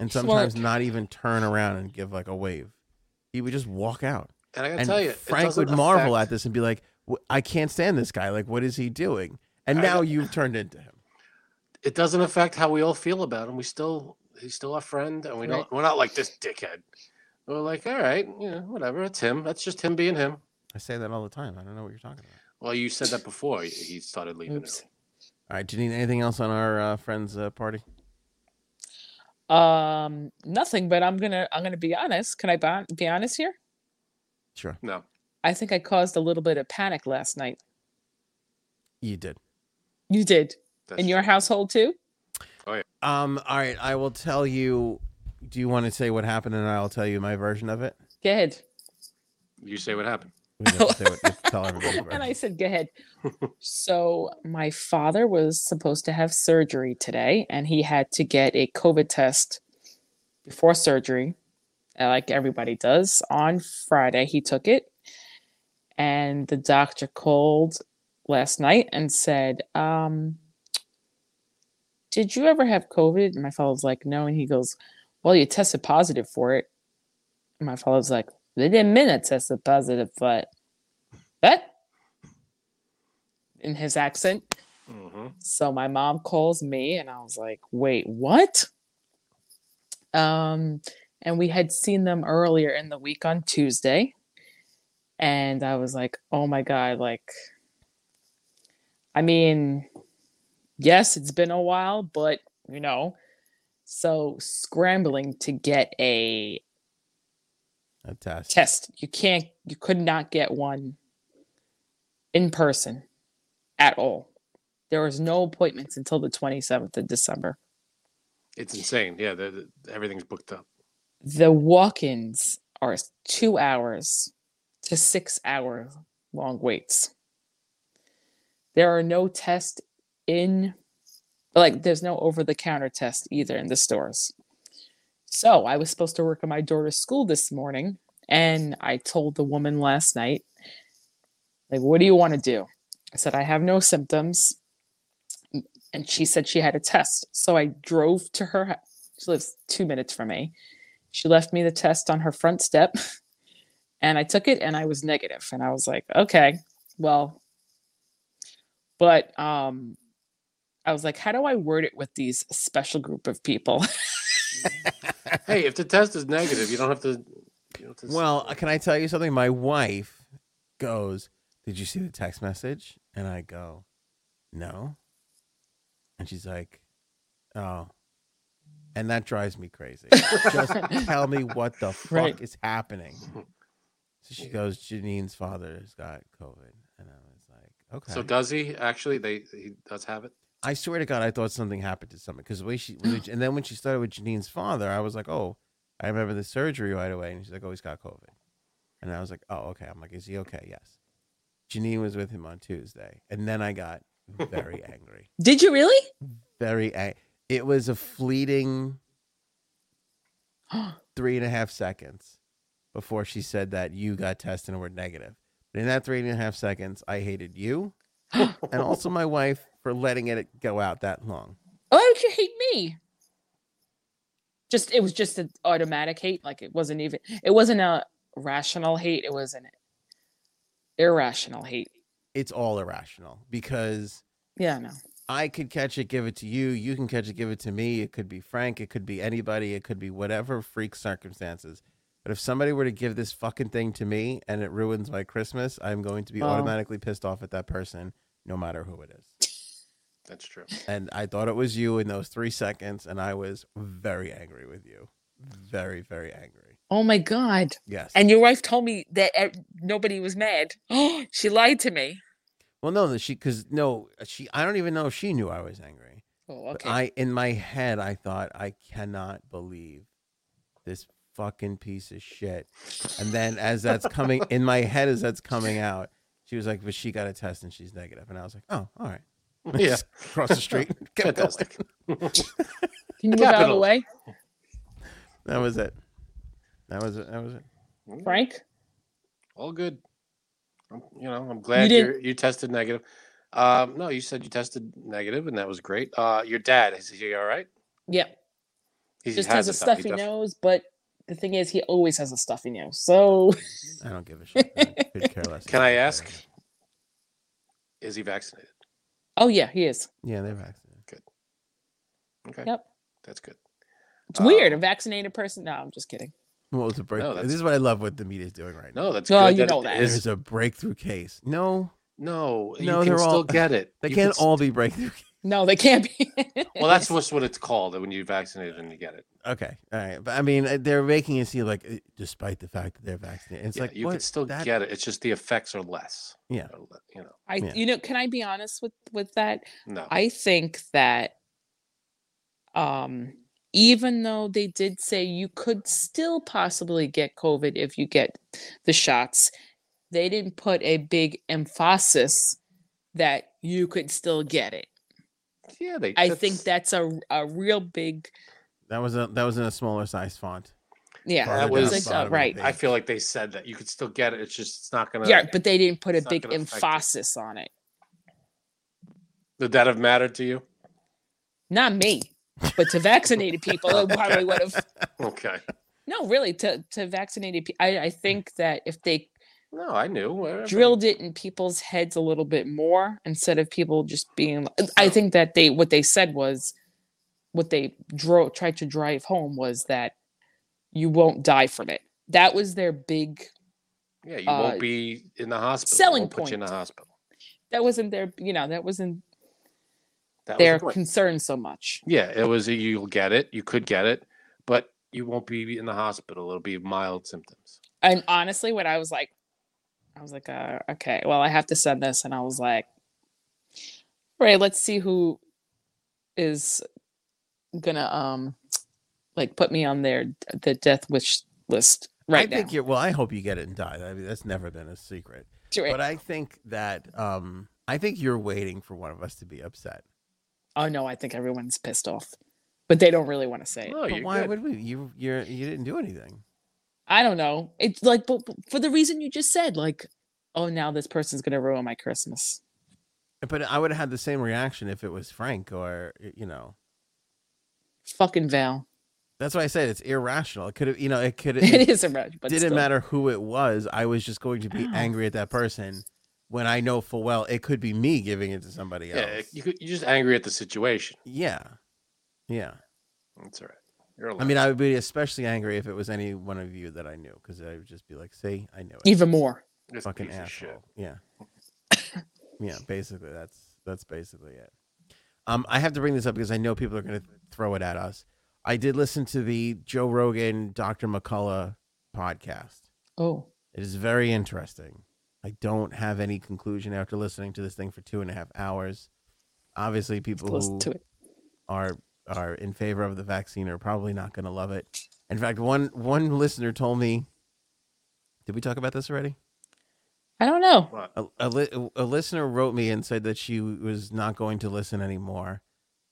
Speaker 1: and sometimes
Speaker 3: Smart.
Speaker 1: not even turn around and give like a wave. He would just walk out.
Speaker 2: And I gotta
Speaker 1: And
Speaker 2: tell you, it
Speaker 1: Frank would
Speaker 2: doesn't
Speaker 1: marvel
Speaker 2: affect-
Speaker 1: at this and be like, "Wh- I can't stand this guy. Like, what is he doing? And
Speaker 2: I
Speaker 1: now
Speaker 2: know.
Speaker 1: you've turned into him.
Speaker 2: It doesn't affect how we all feel about him. We still, he's still our friend, and we don't. We're not like this dickhead. We're like, all right, you know, whatever. It's him. That's just him being him.
Speaker 1: I say that all the time. I don't know what you're talking about.
Speaker 2: Well, you said that before he- he started leaving.
Speaker 3: Oops.
Speaker 2: early.
Speaker 1: All right. Do you need anything else on our uh, friends uh, party?
Speaker 3: Um, nothing. But I'm gonna I'm gonna be honest. Can I be- be honest here?
Speaker 1: Sure,
Speaker 2: No,
Speaker 3: I think I caused a little bit of panic last night.
Speaker 1: you did.
Speaker 3: You did
Speaker 2: that's
Speaker 3: in your
Speaker 2: true.
Speaker 3: household too.
Speaker 1: Um. All right. I will tell you. Do you want to say what happened, and I'll tell you my version of it?
Speaker 3: Go ahead.
Speaker 2: You say what happened?
Speaker 1: We have to say what- you have to tell everybody.
Speaker 3: and I said, go ahead. so, my father was supposed to have surgery today, and he had to get a COVID test before surgery, uh, like everybody does. On Friday, he took it, and the doctor called last night and said, um, Did you ever have COVID? And my father was like, No. And he goes, Well, you tested positive for it. And my father was like, They didn't mean I tested positive, but that in his accent.
Speaker 1: Mm-hmm.
Speaker 2: hmm
Speaker 3: So my mom calls me and I was like, wait, what? Um, and we had seen them earlier in the week on Tuesday. And I was like, oh my God, like, I mean, yes, it's been a while, but you know, so scrambling to get a
Speaker 1: A test.
Speaker 3: test. You can't, you could not get one in person at all. There was no appointments until the 27th of December.
Speaker 2: It's insane. Yeah, the, the- everything's booked up.
Speaker 3: The walk ins are two hours to six hour long waits. There are no tests in, like, there's no over the counter test either in the stores. So I was supposed to work at my daughter's school this morning, and I told the woman last night, like, what do you want to do? I said, I have no symptoms. And she said she had a test. So I drove to her. hou- She lives two minutes from me. She left me the test on her front step, and I took it, and I was negative. And I was like, okay, well, but um, I was like, how do I word it with these special group of people?
Speaker 2: hey, if the test is negative, you don't have to. You don't have to s-
Speaker 1: Well, can I tell you something? My wife goes, Did you see the text message? And I go, No. And she's like, Oh. And that drives me crazy. Just tell me what the fuck
Speaker 3: Right.
Speaker 1: is happening. So she
Speaker 2: Yeah.
Speaker 1: goes, Janine's father's got COVID. And I was like, Okay.
Speaker 2: So does he actually? They he does have it.
Speaker 1: I swear to God, I thought something happened to someone because the way she, when the- and then when she started with Janine's father, I was like, oh, I remember the surgery right away, and she's like, oh, he's got COVID, and I was like, oh, okay. I'm like, is he okay? Yes. Janine was with him on Tuesday, and then I got very angry,
Speaker 3: Did you really?
Speaker 1: very angry. It was a fleeting
Speaker 3: Oh,
Speaker 1: three and a half seconds before she said that you got tested and were negative. But in that three and a half seconds, I hated you and also my wife for letting it go out that long.
Speaker 3: Why would you hate me? Just it was just an automatic hate. Like it wasn't even it wasn't a rational hate. It was an irrational hate.
Speaker 1: it's all irrational because
Speaker 3: Yeah, no.
Speaker 1: I could catch it, give it to you. You can catch it, give it to me. It could be Frank. It could be anybody. It could be whatever freak circumstances. But if somebody were to give this fucking thing to me and it ruins my Christmas, I'm going to be
Speaker 3: Wow.
Speaker 1: automatically pissed off at that person, no matter who it is.
Speaker 2: That's true.
Speaker 1: And I thought it was you in those three seconds, and I was very angry with you. Very, very angry.
Speaker 3: Oh my god.
Speaker 1: Yes.
Speaker 3: And your wife told me that uh, nobody was mad. Oh, she lied to me.
Speaker 1: well, no, that she, because no, she, I don't even know if she knew I was angry.
Speaker 3: Oh,
Speaker 1: But
Speaker 3: okay.
Speaker 1: I in my head I thought I cannot believe this fucking piece of shit. And then as that's coming in my head as that's coming out, she was like, "But she got a test and she's negative." And I was like, "Oh, all right."
Speaker 2: Yeah,
Speaker 1: Just Across the street. Kept going.
Speaker 2: fantastic.
Speaker 3: Can you move out of the
Speaker 2: capital.
Speaker 3: way,
Speaker 1: That was it. That was it. That was it.
Speaker 3: Frank?
Speaker 2: Mm, All good. I'm, you know, I'm glad
Speaker 3: didn't-
Speaker 2: you you tested negative. Um, no, you said you tested negative, and that was great. Uh, your dad is he all right?
Speaker 3: Yeah.
Speaker 2: He
Speaker 3: Just
Speaker 2: has
Speaker 3: has a
Speaker 2: it, though. He
Speaker 3: stuffy
Speaker 2: def-
Speaker 3: nose, but the thing is, he always has a stuffy nail. So
Speaker 1: I don't give a shit. I could care less.
Speaker 2: Can I ask? Is he vaccinated?
Speaker 3: oh yeah, he is.
Speaker 1: Yeah, they're vaccinated.
Speaker 2: Okay.
Speaker 3: Yep.
Speaker 2: That's good.
Speaker 3: It's weird.
Speaker 2: Um,
Speaker 3: A vaccinated person. No, I'm just kidding.
Speaker 1: What was the break?
Speaker 2: No, that's-
Speaker 1: this is what I love what the media is doing right now.
Speaker 2: No, that's
Speaker 3: Well,
Speaker 2: good.
Speaker 3: you
Speaker 2: that
Speaker 3: know
Speaker 2: it
Speaker 3: that.
Speaker 1: There's
Speaker 2: is-
Speaker 1: a breakthrough case. No,
Speaker 2: no,
Speaker 1: No,
Speaker 2: you
Speaker 1: they're
Speaker 2: can still
Speaker 1: all-
Speaker 2: get it.
Speaker 1: they
Speaker 2: You can
Speaker 1: can't
Speaker 2: s-
Speaker 1: all be breakthrough. Case.
Speaker 3: No, they can't be.
Speaker 2: Well, that's what's what it's called when you're vaccinated and you get it.
Speaker 1: Okay, all right, but I mean, uh, they're making it seem like, uh, despite the fact that they're vaccinated, it's
Speaker 2: Yeah,
Speaker 1: like
Speaker 2: you
Speaker 1: what?
Speaker 2: can still
Speaker 1: That-
Speaker 2: get it. It's just the effects are less.
Speaker 1: Yeah.
Speaker 2: Are le- You know,
Speaker 3: I.
Speaker 1: Yeah.
Speaker 3: You know, can I be honest with with that?
Speaker 2: no.
Speaker 3: I think that um even though they did say you could still possibly get COVID if you get the shots, they didn't put a big emphasis that you could still get it.
Speaker 2: yeah, they.
Speaker 3: I think
Speaker 2: that's-
Speaker 3: that's a a real big
Speaker 1: That was a that was in a smaller size font.
Speaker 3: yeah.
Speaker 1: Farther
Speaker 2: That
Speaker 1: down
Speaker 2: was-
Speaker 1: the
Speaker 3: it's like,
Speaker 1: bottom
Speaker 3: uh,
Speaker 1: of the
Speaker 3: right.
Speaker 1: page.
Speaker 2: I feel like they said that you could still get it. It's just it's not gonna.
Speaker 3: Yeah, but they didn't put a
Speaker 2: it's not
Speaker 3: big
Speaker 2: gonna affect it.
Speaker 3: emphasis on it.
Speaker 2: Would that have mattered to you?
Speaker 3: Not me, but to vaccinated people, it probably would have.
Speaker 2: Okay.
Speaker 3: No, really, to to vaccinated. pe- I I think that if they
Speaker 2: No, I knew. whatever.
Speaker 3: drilled it in people's heads a little bit more instead of people just being I think that they what they said was what they drove tried to drive home was that you won't die from it. That was their big
Speaker 2: Yeah, you
Speaker 3: uh,
Speaker 2: won't be in the hospital. They
Speaker 3: selling
Speaker 2: won't Put you in the
Speaker 3: point.
Speaker 2: hospital.
Speaker 3: that wasn't their you know, that wasn't
Speaker 2: That
Speaker 3: their
Speaker 2: was the point.
Speaker 3: concern so much.
Speaker 2: Yeah, it was. A, you'll get it. You could get it, but you won't be in the hospital. It'll be mild symptoms.
Speaker 3: And honestly when I was like I was like, uh, okay, well I have to send this and I was like all right, let's see who is gonna um like put me on their the death wish list right
Speaker 1: I think
Speaker 3: now.
Speaker 1: you're well. I hope you get it and die. I mean, that's never been a secret.
Speaker 3: Do it.
Speaker 1: But I think that um, I think you're waiting for one of us to be upset.
Speaker 3: oh no, I think everyone's pissed off, but they don't really want to say it.
Speaker 2: No,
Speaker 1: but
Speaker 2: Oh, you're
Speaker 1: why
Speaker 2: good.
Speaker 1: would we? You you're you didn't do anything.
Speaker 3: I don't know. It's like, but, but for the reason you just said, like, oh, now this person's gonna ruin my Christmas.
Speaker 1: But I would have had the same reaction if it was Frank or you know.
Speaker 3: Fucking Val,
Speaker 1: That's why I said it's irrational. It could have you know it could
Speaker 3: it
Speaker 1: it
Speaker 3: is a red, but
Speaker 1: didn't
Speaker 3: still.
Speaker 1: matter who it was. I was just going to be
Speaker 3: Ow.
Speaker 1: angry at that person when I know full well it could be me giving it to somebody
Speaker 2: Yeah,
Speaker 1: else.
Speaker 2: you could, you're just angry at the situation.
Speaker 1: yeah. Yeah.
Speaker 2: That's all right. You're
Speaker 1: I mean, I would be especially angry if it was any one of you that I knew, because I would just be like, "See, I knew it."
Speaker 3: Even more.
Speaker 2: This
Speaker 1: fucking
Speaker 2: piece of
Speaker 1: asshole.
Speaker 2: shit.
Speaker 1: Yeah. yeah, basically that's that's basically it. Um I have to bring this up because I know people are going to throw it at us. I did listen to the Joe Rogan Dr. McCullough podcast.
Speaker 3: Oh,
Speaker 1: It is very interesting. I don't have any conclusion after listening to this thing for two and a half hours. Obviously, people
Speaker 3: listen
Speaker 1: who
Speaker 3: to it.
Speaker 1: are are in favor of the vaccine are probably not going to love it. In fact, one one listener told me, "Did we talk about this already?"
Speaker 3: I don't know.
Speaker 2: What?
Speaker 1: a, a, li- a listener wrote me and said that she was not going to listen anymore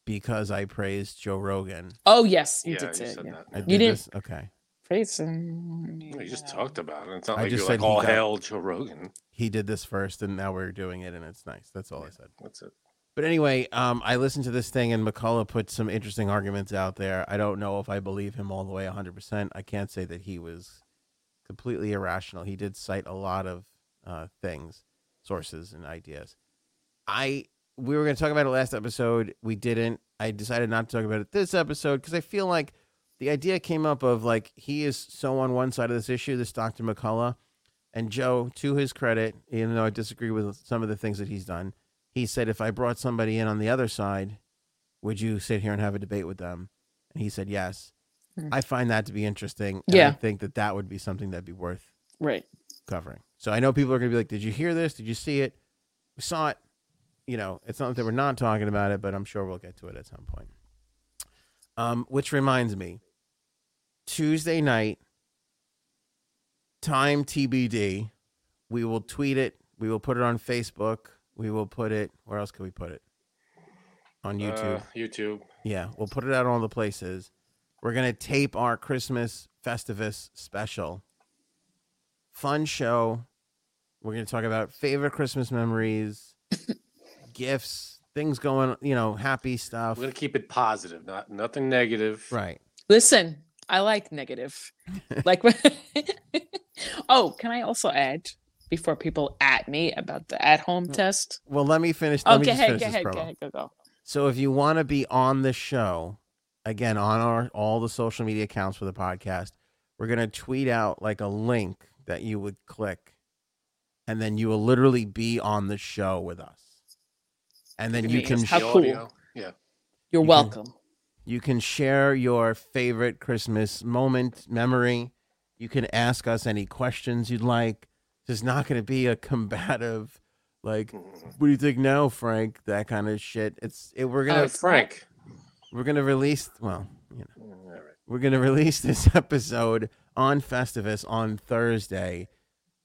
Speaker 1: because I praised Joe Rogan.
Speaker 3: Oh yes, you
Speaker 2: yeah,
Speaker 3: did
Speaker 2: you
Speaker 3: say it.
Speaker 2: said
Speaker 3: Yeah.
Speaker 2: that.
Speaker 1: I did
Speaker 3: You didn't-
Speaker 1: this- Okay.
Speaker 3: Praise him.
Speaker 2: No, You just
Speaker 3: Yeah.
Speaker 2: talked about it. It's not
Speaker 1: I
Speaker 2: like
Speaker 1: just
Speaker 2: you're
Speaker 1: said
Speaker 2: like
Speaker 1: he
Speaker 2: all
Speaker 1: got-
Speaker 2: hail Joe Rogan.
Speaker 1: He did this first and now we're doing it and it's nice. That's all I said.
Speaker 2: That's it.
Speaker 1: But anyway, um, I listened to this thing and McCullough put some interesting arguments out there. I don't know if I believe him all the way 100%. I can't say that he was completely irrational. He did cite a lot of uh, things, sources, and ideas. I we were going to talk about it last episode. We didn't. I decided not to talk about it this episode because I feel like the idea came up of like he is so on one side of this issue, this Dr. McCullough, and Joe. To his credit, even though I disagree with some of the things that he's done, he said if I brought somebody in on the other side, would you sit here and have a debate with them? And he said yes.
Speaker 3: Hmm.
Speaker 1: I find that to be interesting. and I
Speaker 3: Yeah.
Speaker 1: think that that would be something that'd be worth
Speaker 3: Right.
Speaker 1: covering. So I know people are going to be like, "Did you hear this? Did you see it? We saw it." You know, it's not that we're not talking about it, but I'm sure we'll get to it at some point. Um, which reminds me, Tuesday night, time TBD. We will tweet it. We will put it on Facebook. We will put it. Where else can we put it? On YouTube.
Speaker 2: Uh, YouTube.
Speaker 1: Yeah, we'll put it out on all the places. We're gonna tape our Christmas Festivus special. Fun show. We're gonna talk about favorite Christmas memories, gifts, things going, you know, happy stuff.
Speaker 2: We're gonna keep it positive, not nothing negative.
Speaker 1: Right.
Speaker 3: Listen, I like negative. like, oh, can I also add before people at me about the at home test?
Speaker 1: Well, let me finish. Let
Speaker 3: Oh,
Speaker 1: me
Speaker 3: go
Speaker 1: just
Speaker 3: ahead,
Speaker 1: finish
Speaker 3: go
Speaker 1: this
Speaker 3: ahead, go
Speaker 1: promo.
Speaker 3: ahead, go go.
Speaker 1: So if you want to be on the show, again on our all the social media accounts for the podcast, we're gonna tweet out like a link that you would click, and then you will literally be on the show with us. And then
Speaker 3: Look at
Speaker 1: you
Speaker 3: me,
Speaker 1: can
Speaker 3: just how
Speaker 1: sh-
Speaker 2: The
Speaker 3: cool.
Speaker 2: audio, Yeah.
Speaker 1: You
Speaker 3: You're
Speaker 1: can-
Speaker 3: welcome.
Speaker 1: you can share your favorite Christmas moment memory. You can ask us any questions you'd like. There's not going to be a combative, like,
Speaker 2: Mhm.
Speaker 1: what do you think now, Frank? That kind of shit. It's it, we're gonna
Speaker 2: Uh, Frank.
Speaker 3: Oh.
Speaker 1: we're gonna release. Well, you know.
Speaker 2: All right.
Speaker 1: We're going to release this episode on Festivus on Thursday.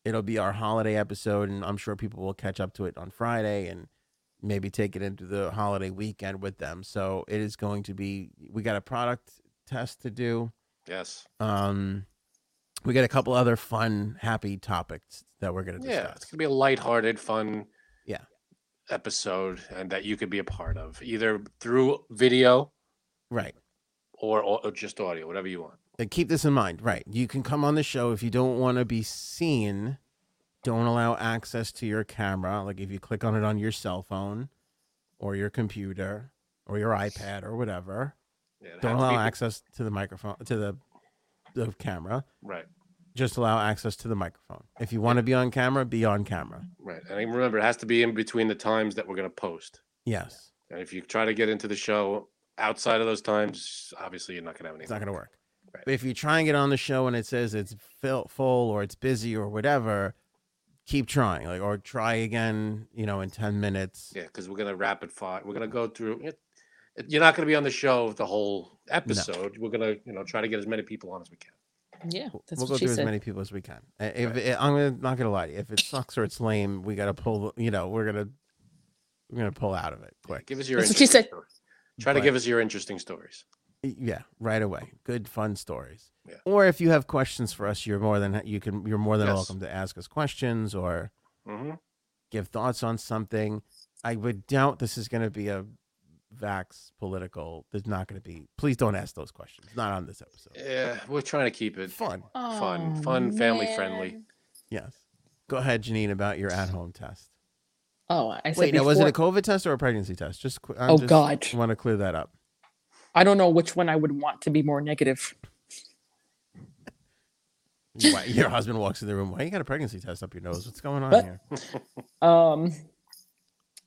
Speaker 1: It'll be our holiday episode, and I'm sure people will catch up to it on Friday and maybe take it into the holiday weekend with them. So it is going to be, we got a product test to do.
Speaker 2: Yes.
Speaker 1: Um, we got a couple other fun, happy topics that we're going to
Speaker 2: Yeah.
Speaker 1: discuss.
Speaker 2: It's gonna be a lighthearted, fun.
Speaker 1: Yeah.
Speaker 2: Episode and that you could be a part of either through video
Speaker 1: Right.
Speaker 2: or, or, or just audio, whatever you want.
Speaker 1: And uh, keep this in mind. Right. You can come on the show if you don't want to be seen. Don't allow access to your camera. Like if you click on it on your cell phone or your computer or your iPad or whatever,
Speaker 2: Yeah, it
Speaker 1: don't
Speaker 2: has to
Speaker 1: allow
Speaker 2: be-
Speaker 1: access to the microphone, to the, the camera.
Speaker 2: Right,
Speaker 1: Just allow access to the microphone. If you want to be on camera, be on camera.
Speaker 2: right. And I remember, it has to be in between the times that we're going to post.
Speaker 1: Yes.
Speaker 2: And if you try to get into the show outside of those times, obviously you're not going to have any.
Speaker 1: It's not going to work.
Speaker 2: Right.
Speaker 1: But if you try and get on the show and it says it's fill, full or it's busy or whatever, keep trying. Like or try again, you know, in 10 minutes.
Speaker 2: Yeah, because we're going to rapid fire. We're going to go through. It, it- you're not going to be on the show the whole episode. We're going to, you know, try to get as many people on as we can.
Speaker 3: Yeah, that's
Speaker 1: we'll go
Speaker 3: what she
Speaker 1: through as
Speaker 3: said.
Speaker 1: many people as we can. Uh, If it, I'm gonna, not gonna lie to you, if it sucks or it's lame, we gotta pull. You know, we're gonna we're gonna pull out of it quick.
Speaker 2: Give us your.
Speaker 3: That's what she
Speaker 2: interesting
Speaker 3: said.
Speaker 2: stories. Try to
Speaker 1: But-
Speaker 2: give us your interesting stories.
Speaker 1: Yeah, right away. Good fun stories.
Speaker 2: Yeah.
Speaker 1: Or if you have questions for us, you're more than you can. You're more than
Speaker 2: Yes.
Speaker 1: welcome to ask us questions or
Speaker 2: hmm
Speaker 1: give thoughts on something. I would doubt this is gonna be a vax political. There's not gonna be. Please don't ask those questions. Not on this episode.
Speaker 2: Yeah, we're trying to keep it.
Speaker 1: Fun.
Speaker 2: Fun, fun, family-friendly.
Speaker 3: man.
Speaker 1: Yes. Go ahead, Janine, about your at-home test.
Speaker 3: Oh, I said
Speaker 1: Wait, now
Speaker 3: before,
Speaker 1: was it a COVID test or a pregnancy test? Just qu- I
Speaker 3: Oh,
Speaker 1: just
Speaker 3: God.
Speaker 1: want to clear that up.
Speaker 3: I don't know which one I would want to be more negative.
Speaker 1: Why- Your husband walks in the room. Why you got a pregnancy test up your nose? What's going on
Speaker 3: But-
Speaker 1: here?
Speaker 3: Um,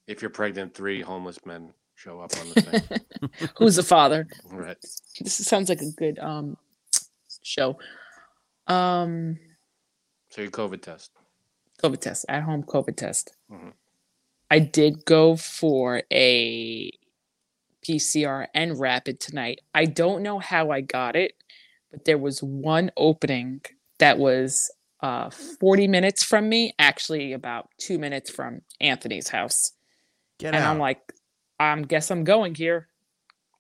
Speaker 2: If you're pregnant, three homeless men show up on the thing.
Speaker 3: who's the father?
Speaker 2: right.
Speaker 3: This sounds like a good um show. Um,
Speaker 2: So your COVID test.
Speaker 3: COVID test at home. COVID test.
Speaker 2: Mhm.
Speaker 3: I did go for a PCR and rapid tonight. I don't know how I got it, but there was one opening that was uh, 40 minutes from me, actually about two minutes from Anthony's house.
Speaker 1: Get
Speaker 3: and
Speaker 1: out.
Speaker 3: I'm like, I guess I'm going here,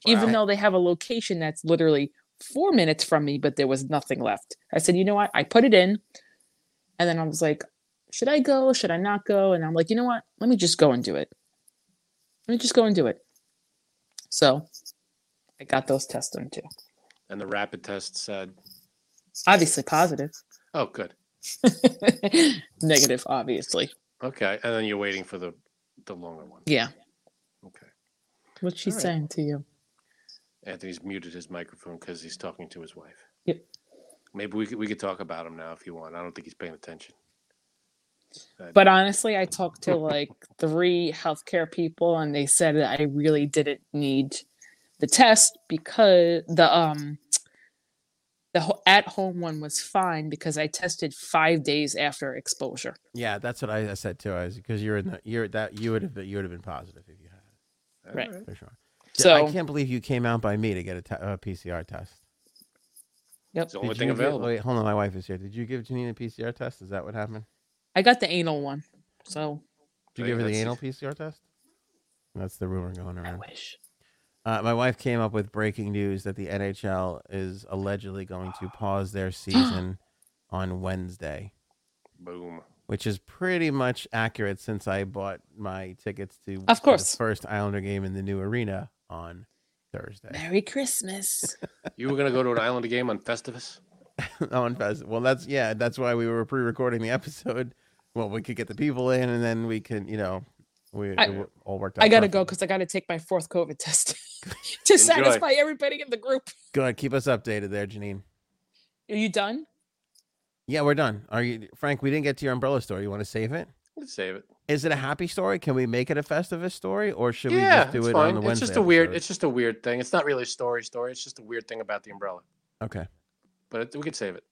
Speaker 3: even
Speaker 2: Wow.
Speaker 3: though they have a location that's literally four minutes from me, but there was nothing left. I said, you know what? I put it in, and then I was like, should I go? Should I not go? And I'm like, you know what? Let me just go and do it. Let me just go and do it. So I got those tests done too.
Speaker 2: And the rapid test said,
Speaker 3: Obviously positive,
Speaker 2: "Oh, good.
Speaker 3: negative, obviously.
Speaker 2: Okay." And then you're waiting for the the longer one.
Speaker 3: Yeah.
Speaker 2: Okay.
Speaker 3: What's she
Speaker 2: All right.
Speaker 3: saying to you?
Speaker 2: Anthony's muted his microphone because he's talking to his wife.
Speaker 3: Yep.
Speaker 2: Maybe we could, we could talk about him now if you want. I don't think he's paying attention.
Speaker 3: But honestly, I talked to like three healthcare people, and they said that I really didn't need the test because the um the ho- at home one was fine because I tested five days after exposure.
Speaker 1: yeah, that's what I, I said too. I was because you're in the you're that you would have been, you would have been positive if you had it,
Speaker 2: All
Speaker 3: right.
Speaker 1: for sure. So I
Speaker 3: So
Speaker 1: can't believe you came out by me to get a, te- a PCR test.
Speaker 2: It's the
Speaker 1: Did
Speaker 2: only thing
Speaker 1: you give-
Speaker 2: available.
Speaker 1: Wait, hold on. My wife is here. Did you give Janine a PCR test? Is that what happened?
Speaker 3: I got the anal one. So
Speaker 1: Did
Speaker 2: I
Speaker 1: you give her the
Speaker 2: think
Speaker 1: anal
Speaker 2: that's-
Speaker 1: PCR test? That's the rumor going
Speaker 3: I
Speaker 1: around.
Speaker 3: wish.
Speaker 1: Uh, my wife came up with breaking news that the NHL is allegedly going to pause their season on Wednesday.
Speaker 2: Boom.
Speaker 1: which is pretty much accurate since I bought my tickets to
Speaker 3: Of course.
Speaker 1: the first Islander game in the new arena on Thursday.
Speaker 3: Merry Christmas.
Speaker 2: You were going to go to an Islander game on Festivus?
Speaker 1: on Fez. Well, that's yeah, that's why we were pre-recording the episode. Well, we could get the people in, and then we can, you know, we it
Speaker 3: I-
Speaker 1: w- all worked out.
Speaker 3: I gotta go
Speaker 1: perfect.
Speaker 3: because I gotta take my fourth COVID test to satisfy everybody in the group.
Speaker 1: Good, keep us updated there, Janine.
Speaker 3: Are you done?
Speaker 1: Yeah, we're done. Are you, Frank? We didn't get to your umbrella story. You want to save it?
Speaker 2: Let's save it.
Speaker 1: Is it a happy story? Can we make it a Festivus story, or should
Speaker 2: yeah,
Speaker 1: we just do
Speaker 2: it's
Speaker 1: it
Speaker 2: fine.
Speaker 1: on the
Speaker 2: it's
Speaker 1: Wednesday?
Speaker 2: just a weird.
Speaker 1: episode?
Speaker 2: It's just a weird thing. It's not really a story story. It's just a weird thing about the umbrella.
Speaker 1: okay.
Speaker 2: But it, we could save it.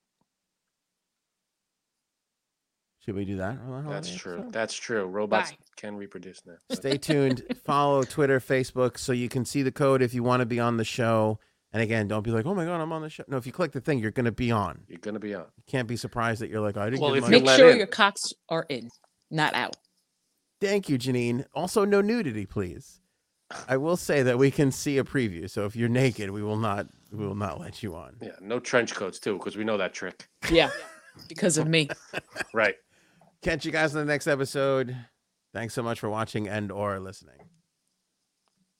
Speaker 1: Should we do that? on the
Speaker 2: That's
Speaker 1: holiday
Speaker 2: true.
Speaker 1: episode?
Speaker 2: That's true. Robots
Speaker 3: Bye.
Speaker 2: can reproduce now.
Speaker 1: Stay tuned. Follow Twitter, Facebook, so you can see the code if you want to be on the show. And again, don't be like, "Oh my god, I'm on the show." No, if you click the thing, you're going to be on.
Speaker 2: You're gonna be on.
Speaker 1: You can't be surprised that you're like, "I didn't
Speaker 2: Well,
Speaker 1: get
Speaker 2: if
Speaker 1: my
Speaker 2: you
Speaker 3: Make
Speaker 2: let
Speaker 3: sure
Speaker 2: in.
Speaker 3: your cocks are in, not out.
Speaker 1: Thank you, Janine. Also, no nudity, please. I will say that we can see a preview, so if you're naked, we will not we will not let you on.
Speaker 2: Yeah, no trench coats too, because we know that trick.
Speaker 3: Yeah, because of me.
Speaker 2: Right.
Speaker 1: Catch you guys in the next episode. Thanks so much for watching and or listening.